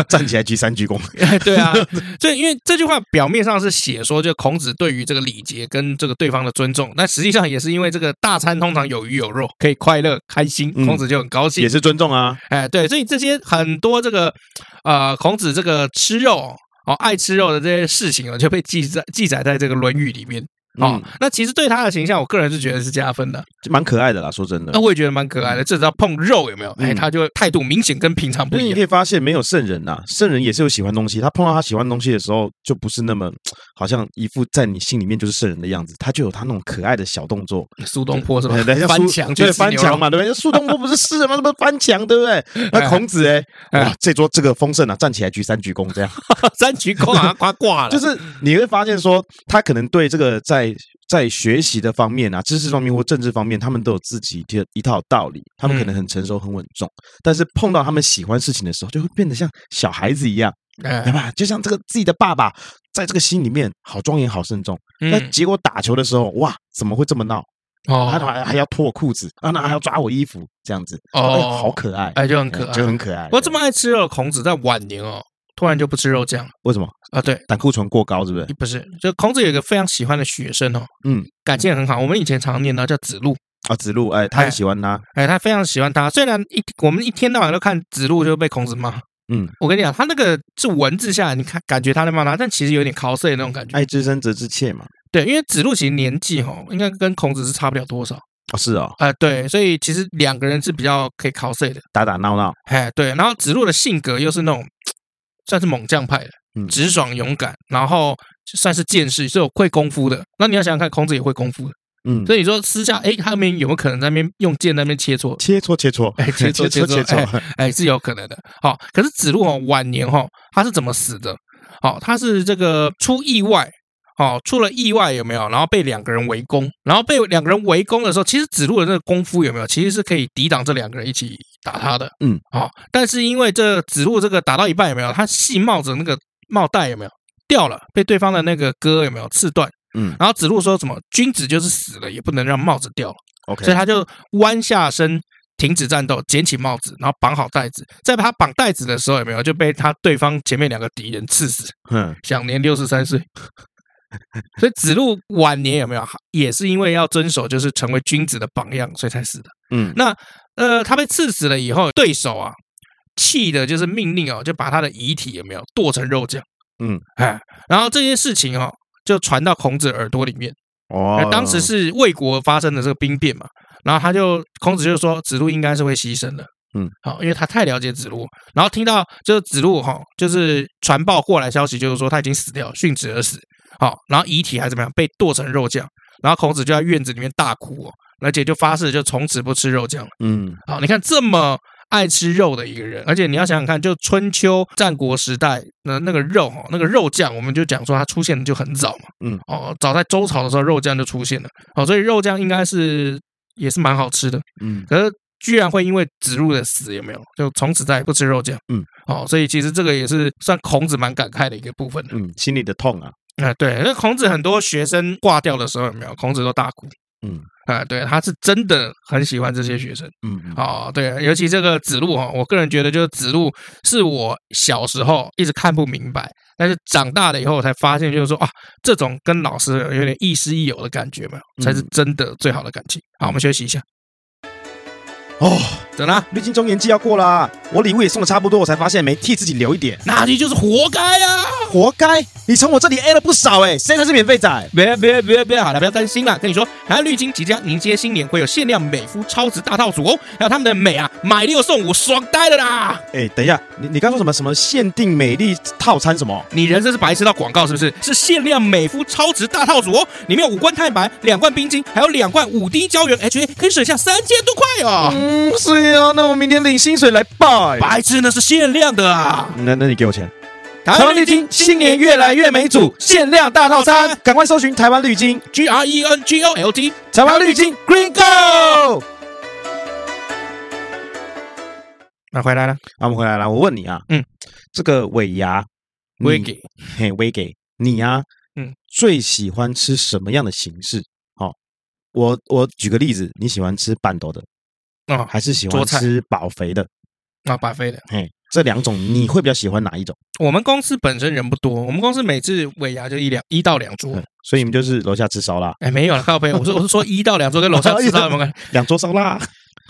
站起来鞠三鞠 躬，对啊，所以因为这句话表面上是写说，就孔子对于这个礼节跟这个对方的尊重，但实际上也是因为这个大餐通常有鱼有肉，可以快乐开心，嗯孔子就很高兴也。是尊重啊。哎，对，所以这些很多这个呃，孔子这个吃肉哦哦，爱吃肉的这些事情哦，就被记载记载在这个《论语》里面。哦，嗯，那其实对他的形象，我个人是觉得是加分的。蛮可爱的啦，说真的那。我也觉得蛮可爱的，至少碰肉有没有？哎，嗯他就态度明显跟平常不所以一你 样。可以发现，没有圣人呐、啊圣人也是有喜欢东西。他碰到他喜欢东西的时候，就不是那么好像一副在你心里面就是圣人的样子，他就有他那种可爱的小动 作。苏东坡是吧哎 人家？翻苏墙去对吃翻牛墙肉，嘛，对不对？苏东坡不是诗人吗？什么翻墙，对不 对？那孔子哎，哎哇，这桌这个丰盛啊，站起来鞠三鞠躬， 这样三鞠躬 啊，夸挂了。就是你会发现说，他可能对这个在在学习的方面啊，知识方面或政治方面，他们都有自己的一套道理，他们可嗯能很成熟、很稳重，但是碰到他们喜欢事情的时候，就会变得像小孩子一样，对哎，吧？就像这个自己的爸爸，在这个心里面好庄严、好慎重，那嗯，结果打球的时候，哇，怎么会这么闹？他哦，还还要脱我裤子啊，那还要抓我衣服，这样子哦哎好可爱，哎，就很可哎就爱。很可爱。我这么爱吃肉的孔子，在晚年哦，突然就不吃肉酱了为什么啊？对，胆固醇过高？是不是？不是，就孔子有一个非常喜欢的学生哦，嗯，感情很好。我们以前常念到叫子路，啊，子路，哎，他哎很喜欢他，哎，他非常喜欢他。虽然一我们一天到晚都看子路就被孔子骂，嗯，我跟你讲，他那个是文字下来，你看感觉他在骂他，但其实有点 cos 的那种感觉。爱之深责之切嘛。对，因为子路其实年纪哦，应该跟孔子是差不了多少哦，是哦，啊、对，所以其实两个人是比较可以 cos 的。打打闹闹，哎，对，然后子路的性格又是那种算是猛将派的，嗯直爽勇敢，然后算是见识，是有会功夫的。那你要想想看，孔子也会功夫的，嗯，所以你说私下，哎，他们有没有可能在那边用剑在那边切磋？切磋切磋，哎切磋切磋切磋，哎，是有可能的。好、可是子路哦，晚年哦，他是怎么死的？好、他是这个出意外，哦，出了意外有没有？然后被两个人围攻，然后被两个人围攻的时候，其实子路的那个功夫有没有？其实是可以抵挡这两个人一起打他的。嗯，好、但是因为这子路这个打到一半有没有？他系帽子那个帽带有没有？掉了，被对方的那个戈有没有刺断？嗯然后子路说什么君子就是死了也不能让帽子掉了， ，OK，所以他就弯下身停止战斗，捡起帽子，然后绑好带子。在他绑带子的时候有没有就被他对方前面两个敌人刺死？嗯享年六十三岁。所以子路晚年有没有也是因为要遵守就是成为君子的榜样，所以才死的。嗯那呃，他被刺死了以后，对手啊气的就是命令哦，就把他的遗体有没有剁成肉酱？嗯，哎，然后这件事情哦，就传到孔子耳朵里面。哦那，当时是魏国发生的这个兵变嘛，然后他就孔子就说子路应该是会牺牲的，嗯，好，因为他太了解子路，然后听到就是子路哈，就是传报过来消息，就是说他已经死掉，殉职而死，好，然后遗体还怎么样被剁成肉酱，然后孔子就在院子里面大哭、哦，而且就发誓就从此不吃肉酱了。嗯好，你看这么爱吃肉的一个人，而且你要想想看，就春秋战国时代，那那个肉哦，那个肉酱，我们就讲说它出现的就很早嘛，嗯，哦，早在周朝的时候肉酱就出现了，哦，所以肉酱应该是也是蛮好吃的，嗯可是居然会因为子路的死有没有，就从此再也不吃肉酱，嗯，哦，所以其实这个也是算孔子蛮感慨的一个部分的，嗯，心里的痛啊，啊、对，那孔子很多学生挂掉的时候有没有，孔子都大哭，嗯啊、对，他是真的很喜欢这些学生。嗯嗯哦，对，尤其这个子路哈，我个人觉得就是子路是我小时候一直看不明白，但是长大了以后才发现，就是说啊，这种跟老师有点亦师亦友的感觉嘛，才是真的最好的感情。好，我们休息一下，哦，怎啦？毕竟中年季要过啦，我礼物也送的差不多，我才发现没替自己留一点，那你就是活该啊！活该！你从我这里 A 了不少哎、谁才是免费仔？别别别别，好了，不要担心啦。跟你说，海岸绿金即将迎接新年，会有限量美肤超值大套组哦，还有他们的美啊，买六送五，爽呆了啦！哎、等一下，你你刚说什么什么限定美丽套餐什么？你人生是白痴到广告是不是？是限量美肤超值大套组哦，里面有五罐蛋白、两罐冰晶，还有两罐五滴胶原 HA，可以省下三千多块哦。嗯，是啊，那我明天领薪水来拜。白痴那是限量的啊！那那你给我钱。台台湾绿金新年越来越美主，限量大套餐，赶快搜寻台湾绿金， G R E N G O L D。台湾绿金 Green Go。那、回来了，啊，我们回来了，我问你啊，嗯，这个尾牙，你威给嘿威给你啊，嗯，最喜欢吃什么样的形式？好、我我举个例子，你喜欢吃板豆的，哦，还是喜桌欢菜吃饱肥的？那巴菲的。嘿，这两种你会比较喜欢哪一种？我们公司本身人不多，我们公司每次尾牙就一两一到两桌嗯。所以你们就是楼下吃烧腊，哎，没有了，靠背，我是我是说一到两桌跟楼 下哎吃饭有没有关系？两桌烧 腊。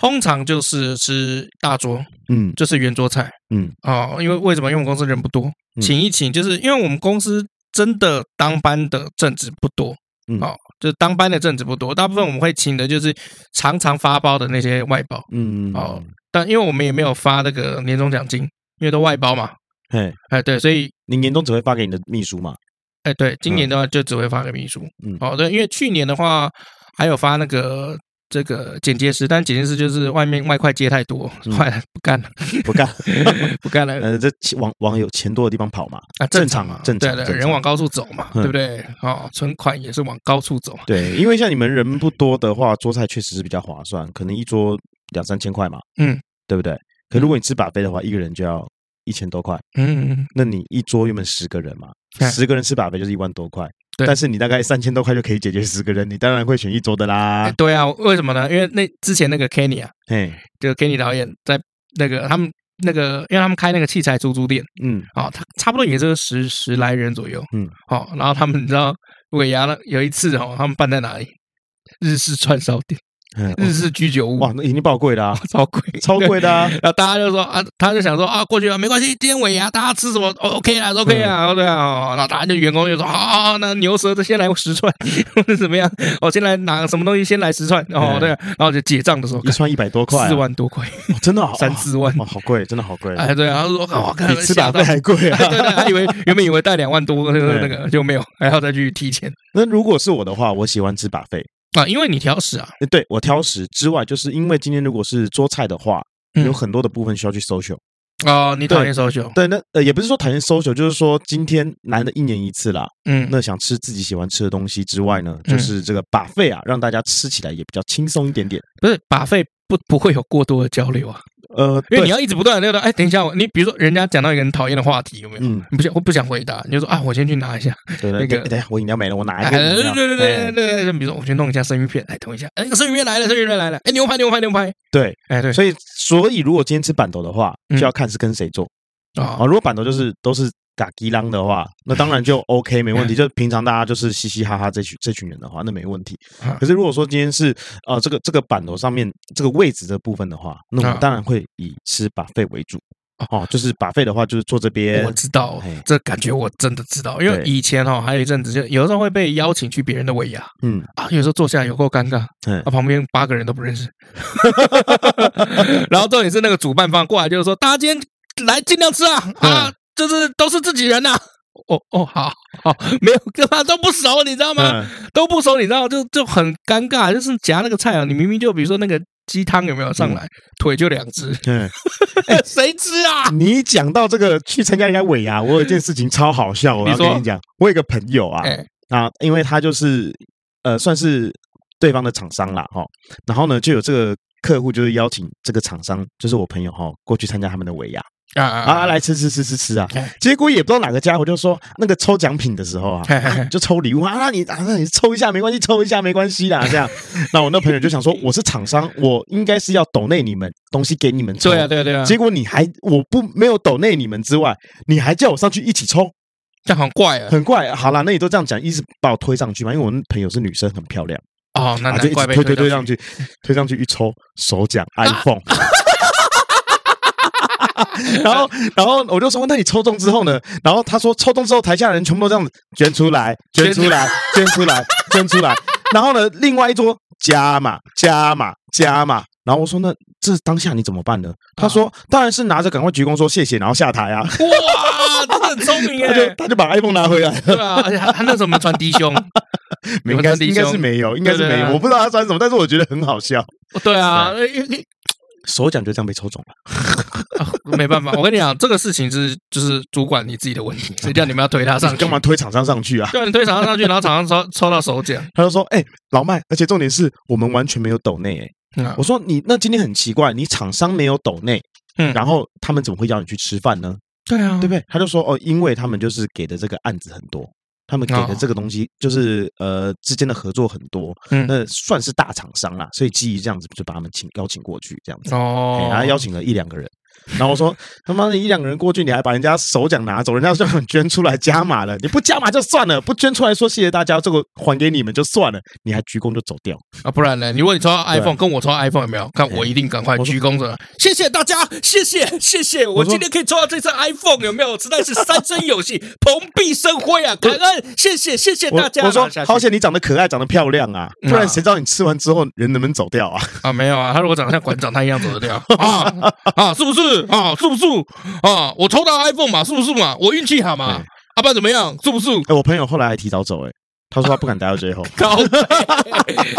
通常就是吃大桌，嗯就是圆桌菜，嗯，哦，因为为什么？因为我们公司人不多，嗯请一请，就是因为我们公司真的当班的正职不多，嗯哦，就是当班的正职不多，大部分我们会请的就是常常发包的那些外包，嗯哦，但因为我们也没有发那个年终奖金，因为都外包嘛，嘿，哎，对，所以。你年终只会发给你的秘书嘛？哎，对，今年的话就只会发给秘书。嗯哦，对，因为去年的话还有发那个这个剪接师，但剪接师就是外面 外快接太多，嗯后来不干了，不 干，不干了，呃，这往往有钱多的地方跑嘛。啊，正正常嘛啊，正常对正对，常人往高处走嘛，嗯对不对？哦，存款也是往高处走。对，因为像你们人不多的话，桌菜确实是比较划算，可能一桌两三千块嘛，嗯，对不对？可如果你吃把费的话，一个人就要一千多块，嗯，嗯那你一桌原本十个人嘛，嗯十个人吃把费就是一万多块，对但是你大概三千多块就可以解决十个人，你当然会选一桌的啦哎，对啊，为什么呢？因为那之前那个 Kenny 啊，嘿，就 Kenny 导演在那个他们那个，因为他们开那个器材租租店嗯，啊，他差不多也就是十十来人左右，嗯，哦，然后他们你知道尾牙了，有一次哦，他们办在哪里？日式串烧嗯店、日式居酒屋，哇，那已经爆贵 啦、超贵，超贵的、啊，然后大家就说啊，他就想说啊，过去啊，没关系，今天尾牙大家吃什么、哦、？OK 啦，OK 嗯啦，对啊，哦然后大家就员工就说啊，哦那牛舌的先来十串，或者怎么样？我、先来拿什么东西，先来十串，哦嗯对啊、然后就结账的时候，一串一百多块、啊，四万多块，哦，真的、哦、三四万，哇，好贵，真的好贵，哎对啊，他说哇，看比吃把吓到费。还贵啊哎！ 对对，他以为原本以为带两万多那个那嗯个就没有，还要再去提钱 那如果是我的话，我喜欢吃把费，啊，因为你挑食啊，呃对我挑食之外，就是因为今天如果是桌菜的话，嗯有很多的部分需要去 social。哦，你讨厌 social，对，那呃也不是说讨厌 social，就是说今天难得一年一次啦，嗯，那想吃自己喜欢吃的东西之外呢，嗯就是这个把费啊，让大家吃起来也比较轻松一点点。不是把费不不会有过多的交流啊，呃，因为你对要一直不断的那个，哎，等一下，我你比如说人家讲到一个很讨厌的话题，有没有？嗯，你不想我不想回答，你就说啊，我先去拿一下。对那对个对，等一下我饮料没了，我拿哎，一个对饮 对料。对对对哎对，比如说我去弄一下生鱼片，哎，等一下，哎，生鱼片来了，生鱼片来了，哎，牛排牛排牛排，对，哎对，所以所以如果今天吃板头的话，嗯就要看是跟谁做啊、啊，如果板头就是都是嘎吉浪的话，那当然 就 OK 没问题。就平常大家就是嘻嘻哈哈这群这群人的话，那没问题啊。可是如果说今天是呃这个这个板头上面这个位置的部分的话，那我啊们当然会以吃把费为主。哦，就是把费的话，就是坐这边我，知道哎这感觉，我真的知道，因为对以前哦，还有一阵子就有时候会被邀请去别人的尾牙嗯，啊，有时候坐下来有够尴尬，嗯啊，旁边八个人都不认识， 然后重点是那个主办方过来就是说，大家今天来尽量吃啊啊，嗯就是都是自己人呐、哦哦，好好，没有跟他都不熟，你知道吗？嗯都不熟，你知道就就很尴尬，就是夹那个菜啊，你明明就比如说那个鸡汤有没有上来，腿就 两只，嗯，谁吃 啊？你讲到这个去参加人家尾牙，我有一件事情超好笑，我你要说跟你讲，我有一个朋友啊，哎啊，因为他就是呃，算是对方的厂商啦，哈、然后呢，就有这个客户就是邀请这个厂商，就是我朋友哈、过去参加他们的尾牙啊啊，！来吃吃吃吃吃啊哎。哎结果也不知道哪个家伙就说那个抽奖品的时候啊，嘿嘿嘿就抽礼物啊，那你啊，那你抽一下没关系，抽一下没关系啦，这样。那我那朋友就想说，我是厂商，我应该是要抖内你们东西给你们抽对啊，对啊，对啊，结果你还我不没有抖内你们之外，你还叫我上去一起抽，这样很怪 啊！很怪。好啦，那你都这样讲，一直把我推上去嘛，因为我那朋友是女生，很漂亮，哦，那啊，就难一怪直被推推推上上去，推上去一抽，手 奖 iPhone。然后，然后我就说，那你抽中之后呢？然后他说，抽中之后台下人全部都这样子捐出来，捐出来，捐出来，捐出来。然后呢，另外一桌加码，加码，加码。然后我说，那这当下你怎么办呢？他啊说，当然是拿着赶快鞠躬说谢谢，然后下台啊。去。哇，真的很聪 明他就哎！他就把 iPhone 拿回来了，对啊，而且他他那时候没穿低胸，应该是有没有穿低应胸该是没有，应该是对没对有，对我不知道他穿什么，但是我觉得很好笑。 对啊，因为手奖就这样被抽中了。啊没办法，我跟你讲，这个事情是就是主管你自己的问题，谁叫你们要推他上去？干嘛？推厂商上 去啊？对啊，你推厂商上去，然后厂商抽抽到 手奖。他就说：“哎、老麦，而且重点是我们完全没有抖内、哎，嗯啊我说：“你那今天很奇怪，你厂商没有抖内，嗯然后他们怎么会邀你去吃饭呢？对啊，对不对？”他就说：“哦，因为他们就是给的这个案子很多，他们给的哦这个东西就是、呃之间的合作很多，嗯那算是大厂商啦，所以基于这样子就把他们请邀请过去这样子。”哦哎，然后邀请了一两个人。然后我说：“他妈的，一两个人过去，你还把人家手奖拿走，人家就很捐出来加码了。你不加码就算了，不捐出来说谢谢大家，这个还给你们就算了，你还鞠躬就走掉。啊，不然呢？如果你抽到 iPhone，跟我抽到 iPhone 有没有？看我一定赶快啊哎我说鞠躬着，谢谢大家，谢谢谢谢，我我说今天可以抽到这次 iPhone 有没有？实在是三生有幸， 蓬荜生辉啊！感恩，谢谢谢谢我大家。我说拿下去好险你长得可爱，长得漂亮啊，嗯啊不然谁知道你吃完之后人能不能走掉啊？ 啊，没有啊，他如果长得像馆长，他一样走得掉 啊啊，是不是啊？是不是啊？我抽到 iPhone 嘛，是不是嘛？我运气好嘛对？阿爸怎么样？是不 是？哎，我朋友后来还提早走，哎，他说他不敢待到最后。高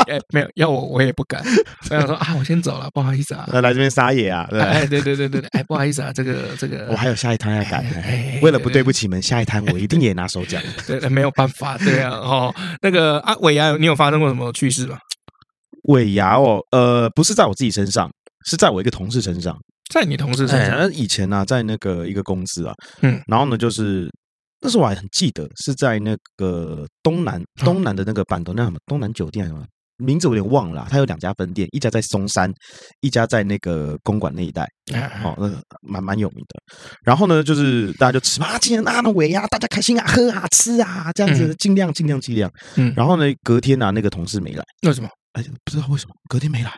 哎没有，要我我也不敢。我想说啊，我先走了，不好意思啊。呃，来这边撒野啊，对不对？ 哎，对对对对对，哎，不好意思啊，这个这 个我还有下一摊要赶哎哎，为了不对不起你们，下一摊我一定也拿手奖。对，没有办法，对啊，哦，那个啊，尾牙，你有发生过什么趣事吗？ 尾牙哦，呃，不是在我自己身上，是在我一个同事身上。在你同事身哎，上，那以前呢、在那个一个公司啊，嗯嗯，然后呢，就是那时候我还很记得，是在那个东南东南的那个板头那什么东南酒店什么名字我有点忘了啊、它有两家分店，一家在松山，一家在那个公馆那一带，哎哦，那个蛮蛮有名的。然后呢，就是大家就吃嘛，啊今天啊那尾啊，大家开心啊，喝啊，吃啊，这样子，尽量尽量尽量。嗯然后呢，隔天啊，那个同事没来。为 什么？哎，不知道为什么隔天没来，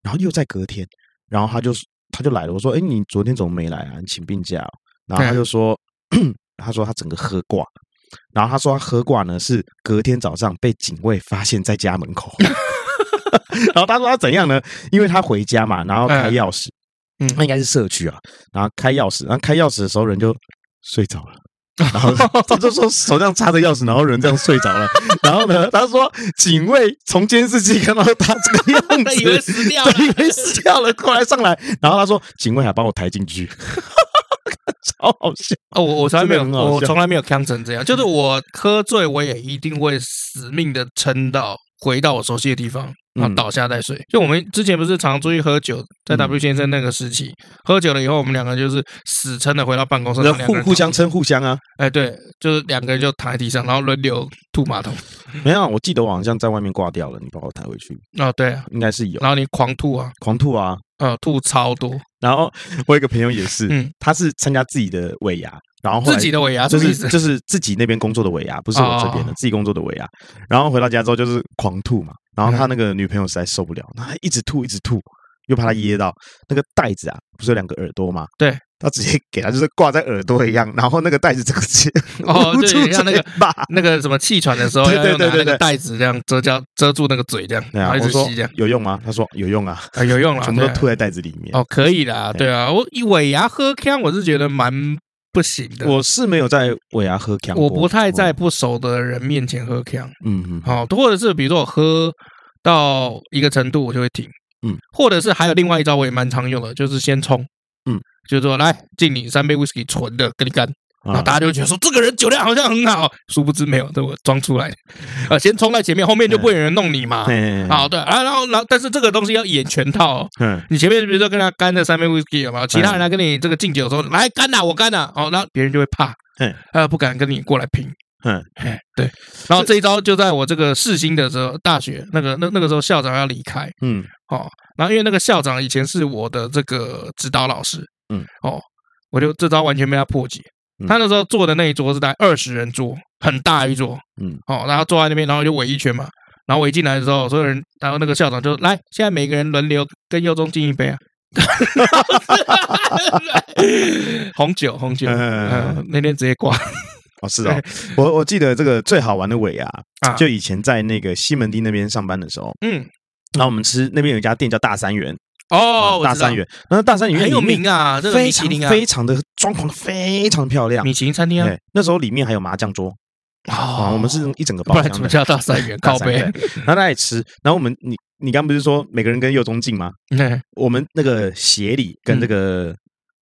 然后又在隔天，然后他就他就来了，我说，哎，你昨天怎么没来啊？你请病假、哦。然后他对啊就说， 他说他整个喝挂，然后他说他喝挂呢是隔天早上被警卫发现在家门 口。然后他说他怎样呢？因为他回家嘛，然后开嗯钥匙，嗯那应该是社区啊，然后开钥匙，然后开钥匙的时候人就睡着了。然后 他就说手这样插着钥匙，然后人这样睡着了。 然后呢，他说警卫从监视器看到他这个样 以为子，死掉 了，对，以为死掉了，过来上来。 然后他说警卫还帮我抬进去， 超好 笑。哦，我我从来没有，真的很好我笑从来没有呛成这样，就是我喝醉，我也一定会死命的撑到回到我熟悉的地方。然后嗯倒下再睡。就我们之前不是常出去喝酒，嗯在 W 先生那个时期，喝酒了以后，我们两个就是死撑的回到办公室，然后两个互人互相撑互相啊。哎，对，就是两个人就躺在地上，然后轮流吐马桶。没有，我记得我好像在外面挂掉了，你把我抬回去，哦，对啊，应该是有然后你狂吐啊，狂吐啊。呃，吐超多，然后我有一个朋友也是，嗯他是参加自己的尾牙，然后后来自己的尾牙就啊什么意是思就是自己那边工作的尾牙，不是我这边的，哦自己工作的尾牙。然后回到家之后就是狂吐嘛，然嗯后他那个女朋友实在受不了，他一直吐一直吐，又怕他噎到那个袋子啊，不是有两个耳朵吗？对。他直接给他就是挂在耳朵一样，然后那个袋子整个直接 哦捂就住有点像那个嘴巴。那个什么气喘的时候，对要对用对拿对那个对袋子这样遮掉遮住那个嘴这样，对然啊后，一我直说吸这样，有用吗？他说有用啊，啊，有用了，全部都对啊吐在袋子里面。哦，可以啦，对啊，我一尾牙喝康，我是觉得蛮不行的。我是没有在尾牙喝强，我不太在，不熟的人面前喝康，嗯嗯，好、或者是比如说我喝到一个程度，我就会停，嗯，或者是还有另外一招我也蛮常用的，就是先冲，嗯，就是说来敬你三杯 whisky 纯的跟你干，然后啊大家就会觉得说这个人酒量好像很好，殊不知没有，这我装出来的，呃，先冲在前面，后面就不会有人弄你嘛，嘿好，对啊，然后然后但是这个东西要演全套、哦，嗯，你前面比如说跟他干这三杯 whisky 有没有？其他人来啊跟你这个敬酒的时候，来干呐、我干呐、哦，那别人就会怕嗯，呃，不敢跟你过来拼。嗯嘿，对。然后这一招就在我这个世新的时候，大学那个那那个时候校长要离开嗯哦，然后因为那个校长以前是我的这个指导老师，嗯，哦，我就这招完全被他破解嗯。他那时候坐的那一桌是大概二十人桌，很大一桌，嗯，哦，然后坐在那边，然后就围一圈嘛。然后我一进来的时候，所有人，然后那个校长就来，现在每个人轮流跟佑中敬一杯啊。红酒，红酒，嗯嗯嗯嗯嗯，那天直接挂哦是哦，我我记得这个最好玩的尾牙，啊，就以前在那个西门町那边上班的时候，嗯，然后我们吃那边有一家店叫大三元，啊哦，我大知道三元，然后大三元很有里面名啊，这个米非其常林啊，非常的装潢，非常漂亮。米其林餐厅啊对，，那时候里面还有麻将桌啊，哦我们是一整个 不包然怎厢么的叫大三 元大靠三背元？然后大家也吃，然后我们你你刚不是说每个人跟右中进吗？嗯我们那个协理跟这个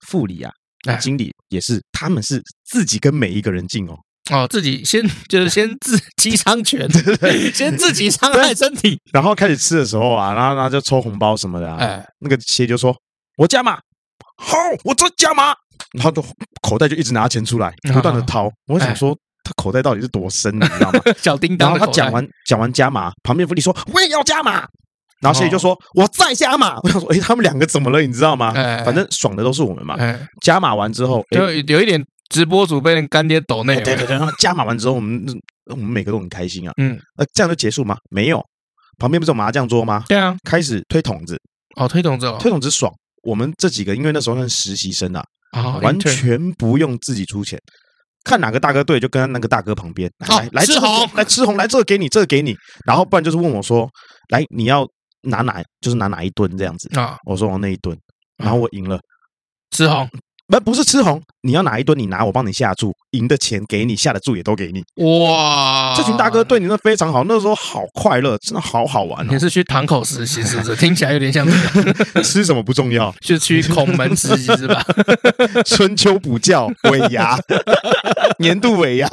副理啊哎，经理也是，他们是自己跟每一个人进哦，哦，自己先就是先自己伤拳，先自己伤害身体，然后开始吃的时候啊，然后然后就抽红包什么的、啊，哎，那个协理就说：“我加码，好，我再加码。”然后就口袋就一直拿钱出来，嗯不断的掏。我想说他口袋到底是多深，你知道吗？小叮然哎 后当的他口袋哦讲完讲完加码，旁边副理说：“我也要加码。”然后协理就说：“我再加码。” 我想说：“哎，他们两个怎么了？你知道吗？哎反正爽的都是我们嘛。哎，加码完之后，哎就有一点直播主被人干爹抖内，哎对对对，然后加码完之后，我们我们每个都很开心啊。嗯，那这样就结束吗？没有，旁边不是有麻将桌吗？对啊，开始推筒子，哦，推动者哦，推筒子爽。我们这几个因为那时候算实习生啊，啊，完 intern 全不用自己出钱，看哪个大哥对就跟那个大哥旁边来哦来来吃这个红来吃红来这个给你这个给你，然后不然就是问我说来你要拿哪就是拿哪一吨这样子，啊，我说我那一吨，然后我赢了。志宏，不不是吃红，你要哪一吨你拿，我帮你下注，赢的钱给你，下的注也都给你。哦 哇，这群大哥对你真的非常好，那时候好快乐，真的好好玩你是去堂口实习是不是？听起来有点像这 个哦。吃什么不重要， 是去孔门实习是吧？春秋补教、尾牙、 年度尾牙，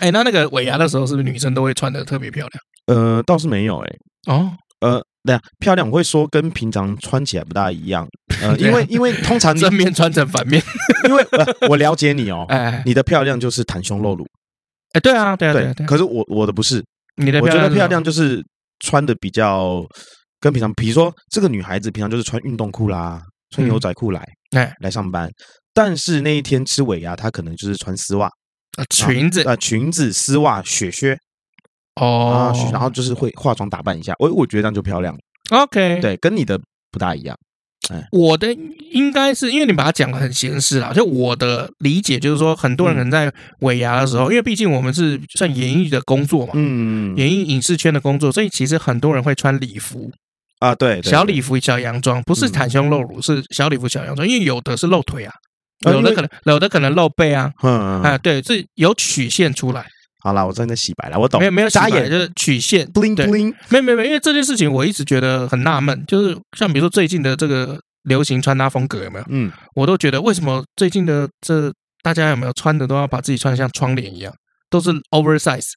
哎，那那个尾牙的时候，是不是女生都会穿的特别漂亮？呃，倒是没有哎、哦，呃，对啊，漂亮，我会说跟平常穿起来不大一样， 呃，对啊因为因为通常你正面穿成反面， 因为、呃、我了解你哦，哎你的漂亮就是袒胸露乳，哎，对啊，对啊，对啊，对啊，可是我我的不是，你的我觉得漂是什么亮就是穿的比较跟平常，比如说这个女孩子平常就是穿运动裤啦，穿牛仔裤来、嗯哎来上班，但是那一天吃尾牙，她可能就是穿丝袜、啊裙子呃裙子、丝袜、雪靴啊哦，雪然后就是会化妆打扮一下，我我觉得这样就漂亮了， OK，对，跟你的不大一样，我的应该是因为你把它讲的很闲适啦，就我的理解就是说，很嗯多人可能在尾牙的时候，因为毕竟我们是算演艺的工作嘛，嗯演艺影视圈的工作，所以其实很多人会穿礼服，啊，对，对小对礼服、小洋装，不是嗯袒胸露乳，是小礼服、小洋装，因为有的是露腿啊，啊有因的为可能有的可能露背啊，嗯，啊，对，是有曲线出来，好啦，我真的洗白了，我懂，没有没有眨洗白眼就是曲线， bling 对 bling，没有没有没有，因为这件事情我一直觉得很纳闷，就是像比如说最近的这个流行穿搭风格有没有？嗯，我都觉得为什么最近的这大家有没有穿的都要把自己穿得像窗帘一样，都是 oversize，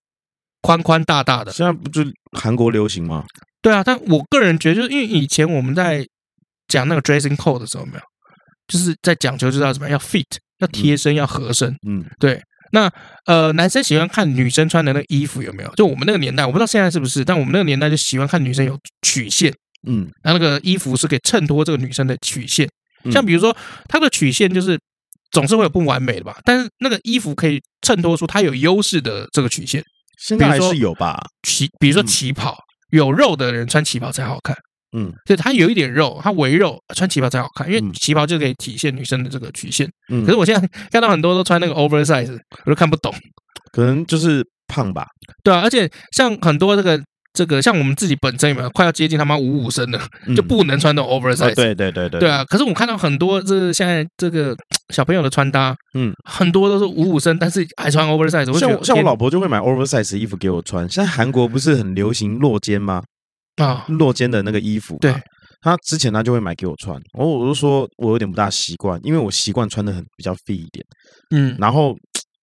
宽宽大大的。现在不就韩国流行吗？对啊，但我个人觉得，就是因为以前我们在讲那个 dressing code 的时候，有没有，就是在讲求就是要怎么样，要 fit，要贴身，要合身。嗯，那呃，男生喜欢看女生穿的那个衣服有没有？就我们那个年代，我不知道现在是不是，但我们那个年代就喜欢看女生有曲线，嗯然后那个衣服是可以衬托这个女生的曲线。嗯像比如说，她的曲线就是总是会有不完美的吧，但是那个衣服可以衬托出她有优势的这个曲线。现在比还如说是有吧？旗，比如说嗯旗袍，有肉的人穿旗袍才好看。嗯所以它有一点肉，它围肉，穿旗袍才好看，因为嗯旗袍就可以体现女生的这个曲线。嗯，可是我现在看到很多都穿那个 oversize，我都看不懂。可能就是胖吧。对啊，而且像很多这个这个，像我们自己本身有没有快要接近他妈五五身了，嗯就不能穿那种啊 oversize。对对对对对，啊，可是我看到很多这现在这个小朋友的穿搭，嗯，很多都是五五身，但是还穿 oversize。我就像觉我得像我老婆就会买 oversize 衣服给我穿。现在韩国不是很流行落肩吗？天啊，落肩的那个衣服嘛，对她之前她就会买给我穿，然后我就说我有点不大习惯，因为我习惯穿的很比较 fit 一点，嗯，然后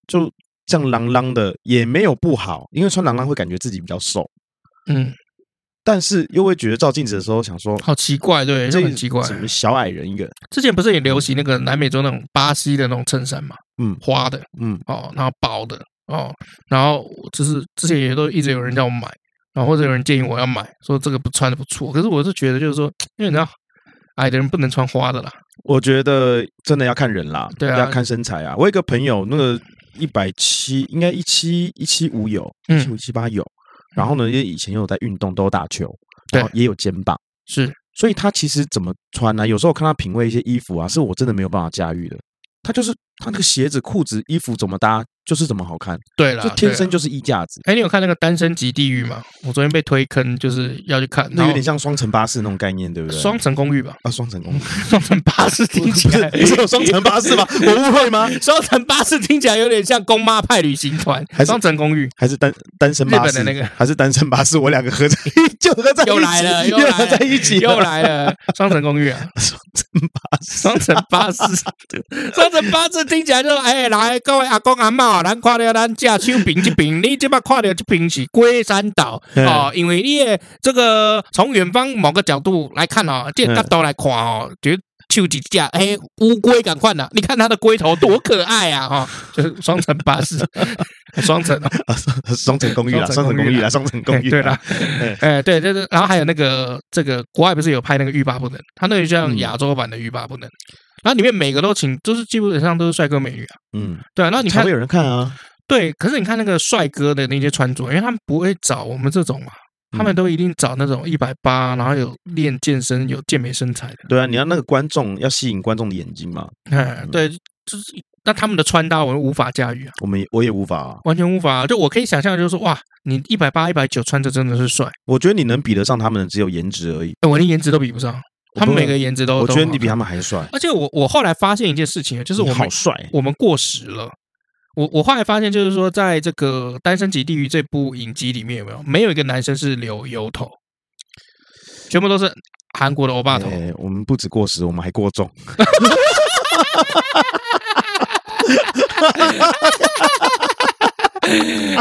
就这样啷啷的也没有不好，因为穿啷啷会感觉自己比较瘦，嗯，但是又会觉得照镜子的时候想说，哎好奇怪，对，这就很奇怪。怎么小矮人一个？之前不是也流行那个南美洲那种巴西的那种衬衫嘛，嗯花的，嗯哦，然后薄的哦，然后就是之前也都一直有人叫我买，然后或者有人建议我要买，说这个不穿的不错，可是我是觉得就是说，因为你知道。矮的人不能穿花的啦，我觉得真的要看人啦，对啊要看身材啊。我有一个朋友，那个一百七，应该一七一七五有，嗯一七五七八有。然后呢，因为以前也有在运动，都有打球，然后也有肩膀，是所以他其实怎么穿呢、啊有时候我看他品味一些衣服啊，是我真的没有办法驾驭的。他就是他那个鞋子、裤子、衣服怎么搭，就是怎么好看，对啦，就天生就就。是衣架子。哎，你有看那个《单身级地狱》吗？我昨天被推坑，就是要去看，那有点像像双层巴士那种概念，对不对？双层公寓吧，啊，双层公寓双层巴士听起不是来不是有双层巴 士吗？我误会吗？双层巴士听起来有点像公妈派旅行团还，是双层公寓还是单单身巴士日本的那个还是单身巴士？我两个合在 一起，就合在一起，又来了又又来了合在一起，又来了，双层公寓啊， 双层巴士。双层巴士，双层巴士听起来就哎、来各位阿公阿嬷，咱看到咱家手边这边，你即摆看到这边是龟山岛嗯哦，因为你的这个从远方某个角度来看哦，这个角度来看哦，觉得。就几架，哎，乌龟赶快啦！你看它的龟头多可爱啊！哈、哦，就是双层巴士， 双层哦，啊双双层公寓啦，双双层层公公寓寓啦啦，双层哎公寓。对啦，哎，哎，对对对，然后还有那个这个国外不是有拍那个欲罢不能，他那个嗯就像亚洲版的欲罢不能，然后里面每个都请，就是基本上都是帅哥美女啊，嗯，对啊，那你才看会有人看啊。对，可是你看那个帅哥的那些穿着，因为他们不会找我们这种嘛，他嗯们都一定找那种一百八，然后有练健身、有健美身材的，对啊，你要那个观众要吸引观众的眼睛嘛，哎，对，就是那他们的穿搭我们无法驾驭啊，我们也我也无法啊。完全无法啊，就我可以想象，就是说哇，你一百八、一百九穿着真的是帅，我觉得你能比得上他们的只有颜值而已。哎我连颜值都比不上，他们每个颜值都，我都觉得很你比好他们还帅，而且我我后来发现一件事情，哦啊就是我你好们帅。我们过时了。我我后来发现，就是说，在这个《单身级地狱》这部影集里面，有没有没有一个男生是留油头，全部都是韩国的欧巴头。哎，我们不止过时，我们还过重。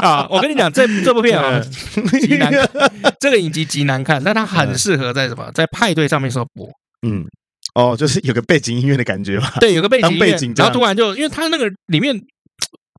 啊，我跟你讲，这这部片啊，嗯极难看，这个影集极难看，但它哎很适合在什么，在派对上面时候播。嗯，哦，就是有个背景音乐的感觉吧。对，有个背景音乐当背景这然样后突然就，因为它那个里面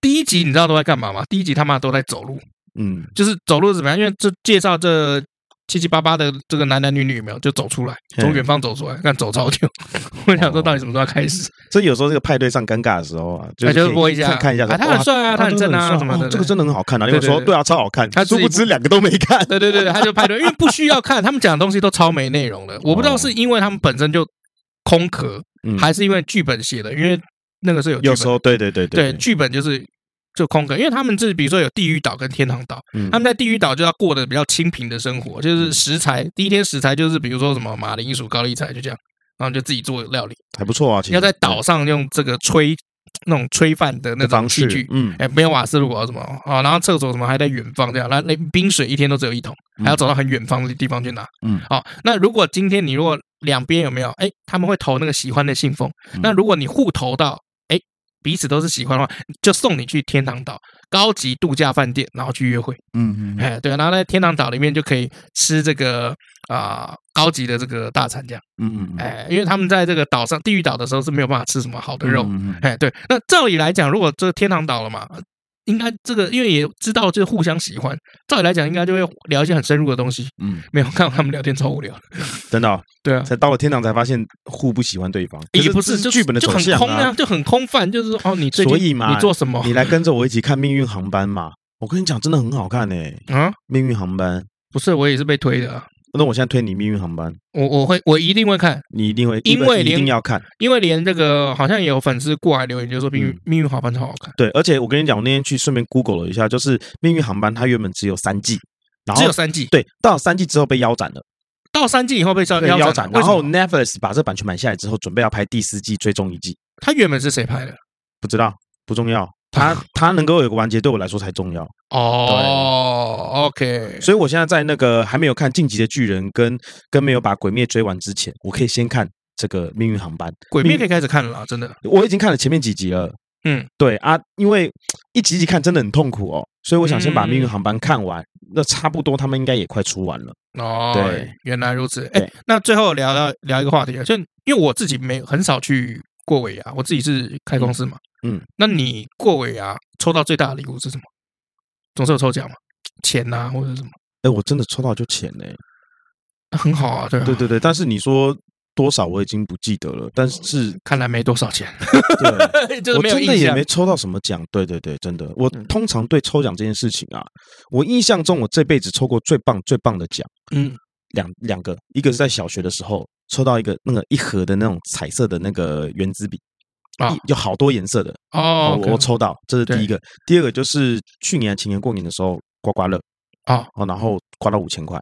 第一集你知道都在干嘛吗？第一集他妈都在走路，嗯，就是走路怎么样？因为这介绍这七七八八的这个男男女女有没有就走出来，嗯从远方走出来，看走超久。 我想说，到底什么时候要开始？所以有时候这个派对上尴尬的时候啊，就那是就可以播一下看看一下啊说，他很哇帅啊他很正啊真的很帅什么的哦这个真的很好看啊。对你会说对对对啊，超好看，他自殊己不知两个都没 看。对对对，他就派对，因为不需要看，他们讲的东西都超没内容的。我不知道是因为他们本身就空壳，嗯还是因为剧本写的，因为那个是有剧有本时候对对对对剧本就是。就空壳，因为他们是比如说有地狱岛跟天堂岛，嗯他们在地狱岛就要过得比较清贫的生活，就是食材第一天食材就是比如说什么马铃薯、高丽菜就这样，然后就自己做料理。还不错啊。其实要在岛上用这个吹那种吹饭的那的种方器式具，，嗯哎，没有瓦斯炉啊什么啊，然后厕所什么还在远方这样，然后连冰水一天都只有一桶，还要走到很远方的地方去拿。嗯，好、那如果今天你如果两边有没有，哎，他们会投那个喜欢的信封，嗯那如果你互投到，哎，彼此都是喜欢的话，就送你去天堂岛高级度假饭店，然后去约会。嗯嗯哎，对啊，然后在天堂岛里面就可以吃这个啊、高级的这个大餐，这样。嗯嗯，哎，因为他们在这个岛上地狱岛的时候是没有办法吃什么好的肉。嗯哎，对，那照理来讲，如果这天堂岛了嘛，应该这个因为也知道就是互相喜欢，照理来讲应该就会聊一些很深入的东西。嗯，没有看到他们聊天超无聊的。真的哦对啊。才到了天堂才发现互不喜欢对方，哎也不可这就是剧本的就走很向空啊，，就很空泛，就是说哦，你最近所以嘛你做什么你来跟着我一起看《命运航班》嘛。我跟你讲，真的很好看诶，《啊？命运航班》。不是，我也是被推的啊。那我现在推你《命运航班》，我我会我一定会看，你一定会，因为一连定要看。因为连这个好像也有粉丝过来留言，就说《命运嗯命运好班》超好看，对，而且我跟你讲，我那天去顺便 Google 了一下，就是《命运航班》它原本只有三季，然后只有三季，对，到三季之后被腰斩了，到三季以后被烧被腰斩。然后为什么 Netflix 把这版权买下来之后，准备要拍第四季最终一季，他原本是谁拍的？不知道不重 要，它它能够有个完结，对我来说才重要。哦，OK，所以我现在在那个还没有看《进击的巨人》跟跟没有把《鬼灭》追完之前，我可以先看这个《命运航班》。鬼灭可以开始看了啦，真的。我已经看了前面几集了。嗯，对啊，因为一集一集看真的很痛苦哦，所以我想先把《嗯命运航班》看完。那差不多，他们应该也快出完了。哦，对，原来如此。哎对，那最后聊到聊一个话题啊，就因为我自己没很少去过尾牙，我自己是开公司嘛。嗯嗯那你过尾牙抽到最大的礼物是什么？总是有抽奖嘛，钱呐、或者是什么，哎，我真的抽到就钱嘞、那很好啊，对吧？对对对，但是你说多少我已经不记得了，但是看来没多 少钱，对。 就是我没有真印的也象没。抽到什么奖，对对对，真的。我嗯通常对抽奖这件事情啊，我印象中我这辈子抽过最棒最棒的奖嗯，两两个，一个是在小学的时候抽到一个那个一盒的那种彩色的那个圆珠笔，啊一有好多颜色的，哦哦，，我 OK 抽到，这是第一个。第二个就是去年情人过年的时候刮刮乐哦，哦，然后刮到五千块，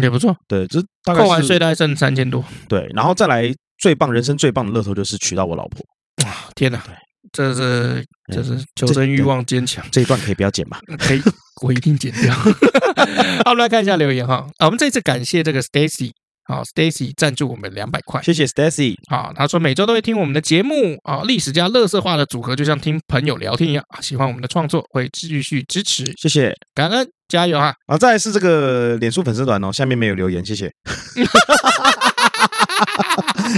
也不错，对，这大概扣完是哦税大概剩三千多。对，然后再来最棒人生最棒的乐透就是娶到我老婆，哇，天哪，这是这是求生欲望坚强。哎这一段可以不要剪 嘛？可以，我一定剪掉。 好，我们来看一下留言哈。啊，我们这次感谢这个 Stacy，好，Stacy 赞助我们两百块。谢谢 Stacy，啊，他说每周都会听我们的节目啊，历史加乐色化的组合就像听朋友聊天一样，啊喜欢我们的创作会继续支持，谢谢。感恩加油啊！啊，再来是这个脸书粉丝团哦，下面没有留言，谢谢。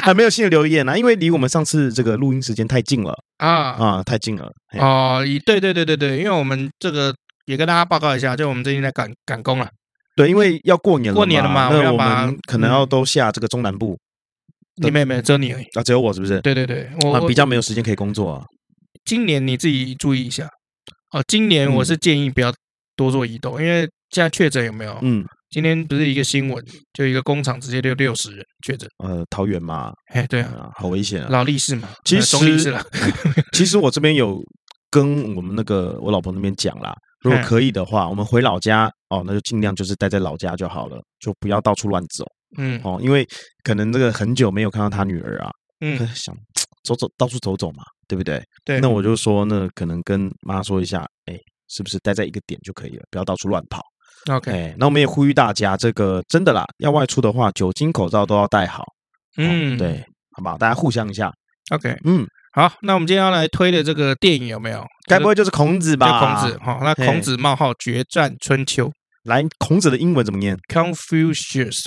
还没有新的留言啊，因为离我们上次这个录音时间太近了啊啊，太近了。嘿哦，以对对对对对，因为我们这个也跟大家报告一下，就我们最近在赶赶工了，对，因为要过年了嘛，过年了嘛我那要我把嗯们可能要都下这个中南部你们有没有？只有你而已。啊，只有我是不是？对对对，我啊，我比较没有时间可以工作啊。今年你自己注意一下哦。今年我是嗯建议不要多做移动，因为现在确诊有没有？嗯，今天不是一个新闻，就一个工厂直接就六十人确诊。呃，桃园嘛，哎，对啊，啊，好危险啊。劳力士嘛，其呃实嗯中力士啦，其实我这边有跟我们那个我老婆那边讲啦，如果嗯可以的话，我们回老家哦，那就尽量就是待在老家就好了，就不要到处乱走嗯哦，因为可能这个很久没有看到他女儿啊，嗯，想走走到处走走嘛，对不对？对。那我就说，那可能跟妈说一下，哎，是不是待在一个点就可以了，不要到处乱跑。 OK，哎，那我们也呼吁大家，这个真的啦，要外出的话，酒精口罩都要戴好。嗯，哦对，好不好？大家互相一下。 ，OK，嗯，好，那我们今天要来推的这个电影有没有？该不会就是孔子就吧？孔子，哈、那嘿孔子冒号决战春秋来，孔子的英文怎么念？ ，Confucius，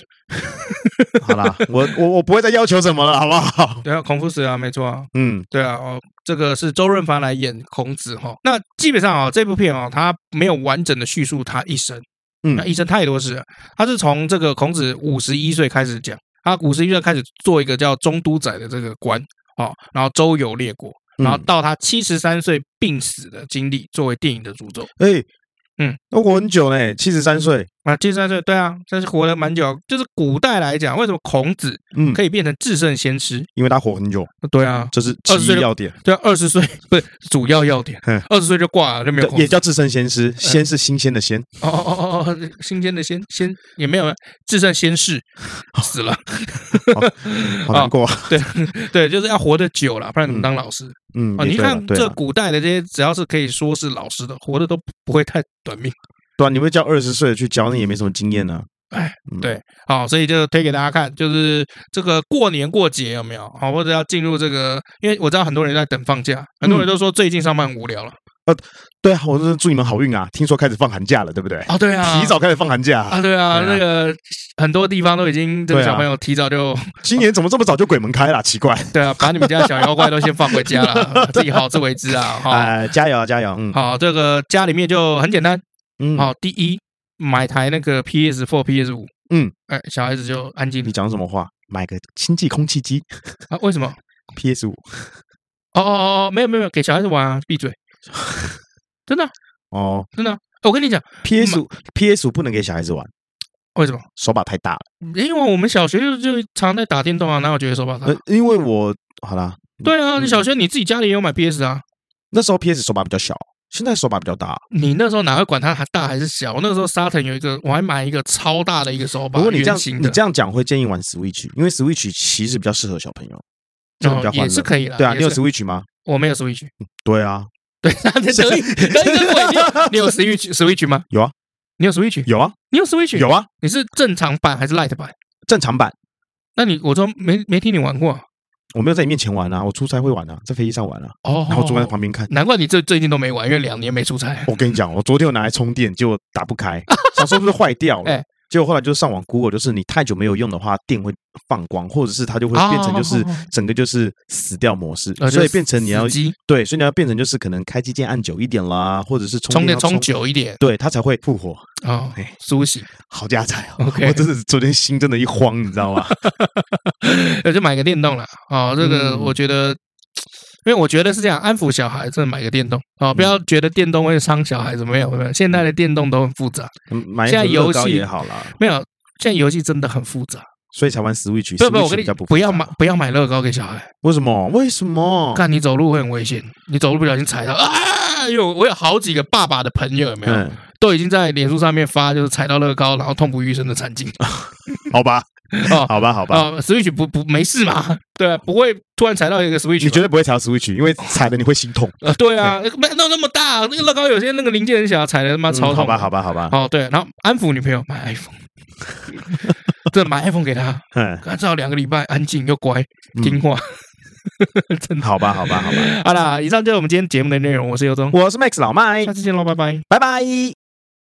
好啦，我我我不会再要求什么了，好不好？ 对啊，孔夫子啊，没错啊，嗯，对啊，哦，这个是周润发来演孔子哈、那基本上啊、哦，这部片哦，他没有完整的叙述他一生，嗯那一生太多事了。他是从这个孔子五十一岁开始讲，他五十一岁开始做一个叫中都宰的这个官哦，然后周游列国，然后嗯到他七十三岁病死的经历作为电影的主轴。哎，嗯，那我很久嘞，七十三岁。啊，七十三岁，对啊，但是活了蛮久。就是古代来讲，为什么孔子嗯，可以变成至圣先师？因为他活很久，对啊，这是20其一岁了要点，对啊，二十岁不是主要要点嗯，二十岁就挂了，就没有对哎孔也子。叫自身先师，先是新鲜的鲜。哦哦哦哦哦，新鲜的先先也没有至圣先师死了，好难过啊。对对，就是要活得久了，不然怎么当老师？ 嗯，啊，也你对了看对这了古代的这些，只要是可以说是老师的，活的都不不会太短命。对啊，你会叫二十岁的去教，那也没什么经验呢。哎，嗯对，好，所以就推给大家看，就是这个过年过节有没有？好，或者要进入这个，因为我知道很多人在等放假，很多人都说最近上班很无聊了。对啊，我真的祝你们好运啊！听说开始放寒假了，对不对？啊，对啊，提早开始放寒假啊，啊，对啊，对啊那个很多地方都已经这个对啊小朋友提早就今年怎么这么早就鬼门开了？奇怪！对啊，把你们家小妖怪都先放回家了，自己好自为之啊，哈。哎，加油啊，加油！嗯好，这个家里面就很简单，嗯，好，第一买台那个 PS Four、PS 五，嗯，哎，小孩子就安静你讲什么话？买个星际空气机啊？为什么？ PS 五哦哦哦哦，没有没有，没有给小孩子玩啊，闭嘴，真的啊哦真的啊。我跟你讲， ，PS 五 PS 五不能给小孩子玩，为什么？手把太大了。因为我们小学就就常在打电动啊，哪有觉得手把大呃？，因为我好啦，对啊，嗯你小学你自己家里也有买 PS 啊，那时候 PS 手把比较小，现在手把比较大。你那时候哪会管它还大还是小？我那时候沙腾有一个，我还买一个超大的一个手把，不过你这样圆形你的，这样讲会建议玩 Switch，因为 Switch 其实比较适合小朋友，这样比较哦欢乐。也是可以啦。对啊，也你有是 Switch 吗？我没有 Switch，对啊，对，那你可以可以跟我一样。你有 Switch Switch 吗？有啊，你有 Switch，有啊，你有 Switch，有啊，你是正常版还是 Lite 版？正常版。那你我说没没听你玩过啊我没有在你面前玩啊，我出差会玩啊，在飞机上玩啊，哦，然后坐在旁边看。难怪你最最近都没玩，因为两年没出差。我跟你讲，我昨天有拿来充电，结果打不开，想说是不是坏掉了 哎。结果后来就上网 Google，就是你太久没有用的话，电会放光，或者是它就会变成就是哦哦哦哦整个就是死掉模式，呃所就以变成你要死机对，所以你要变成就是可能开机键按久一点啦，或者是充充电电要充，久一点对，它才会复活。哦哎，苏醒。好家财哦 OK 我真的是昨天心真的一慌，你知道 吗？呃，就买个电动啦。哦，这个嗯我觉得，因为我觉得是这样，安抚小孩，真的买个电动哦，不要嗯觉得电动会伤小孩子，没有没有，现在的电动都很复杂，嗯买一现在盒乐游高戏也好啦，没有。现在游戏真的很复杂，所以才玩 Switch。不不，我跟你比较不要复杂买，不要买乐高给小孩，为什么？为什么？看你走路会很危险，你走路不小心踩到啊！有我有好几个爸爸的朋友，有没有、嗯，都已经在脸书上面发，就是踩到乐高，然后痛不欲生的惨景。嗯好吧，哦 好吧，好吧，啊、s w i t c h 不不没事嘛， 对啊，不会突然踩到一个 Switch，你绝得、对不会踩到 Switch，因为踩了你会心痛。呃？对啊，那个没弄那么大，那个乐高有些那个零件很小，踩的他妈嗯啊超痛、好吧，好吧，好 吧，哦，对，然后安抚女朋友买 iPhone，这买 iPhone 给她，嗯，她至少两个礼拜安静又乖嗯听话。好吧，好吧，好吧。好啦，以上就是我们今天节目的内容，我是尤忠，我是 Max 老麦下，次见喽，拜拜。拜拜。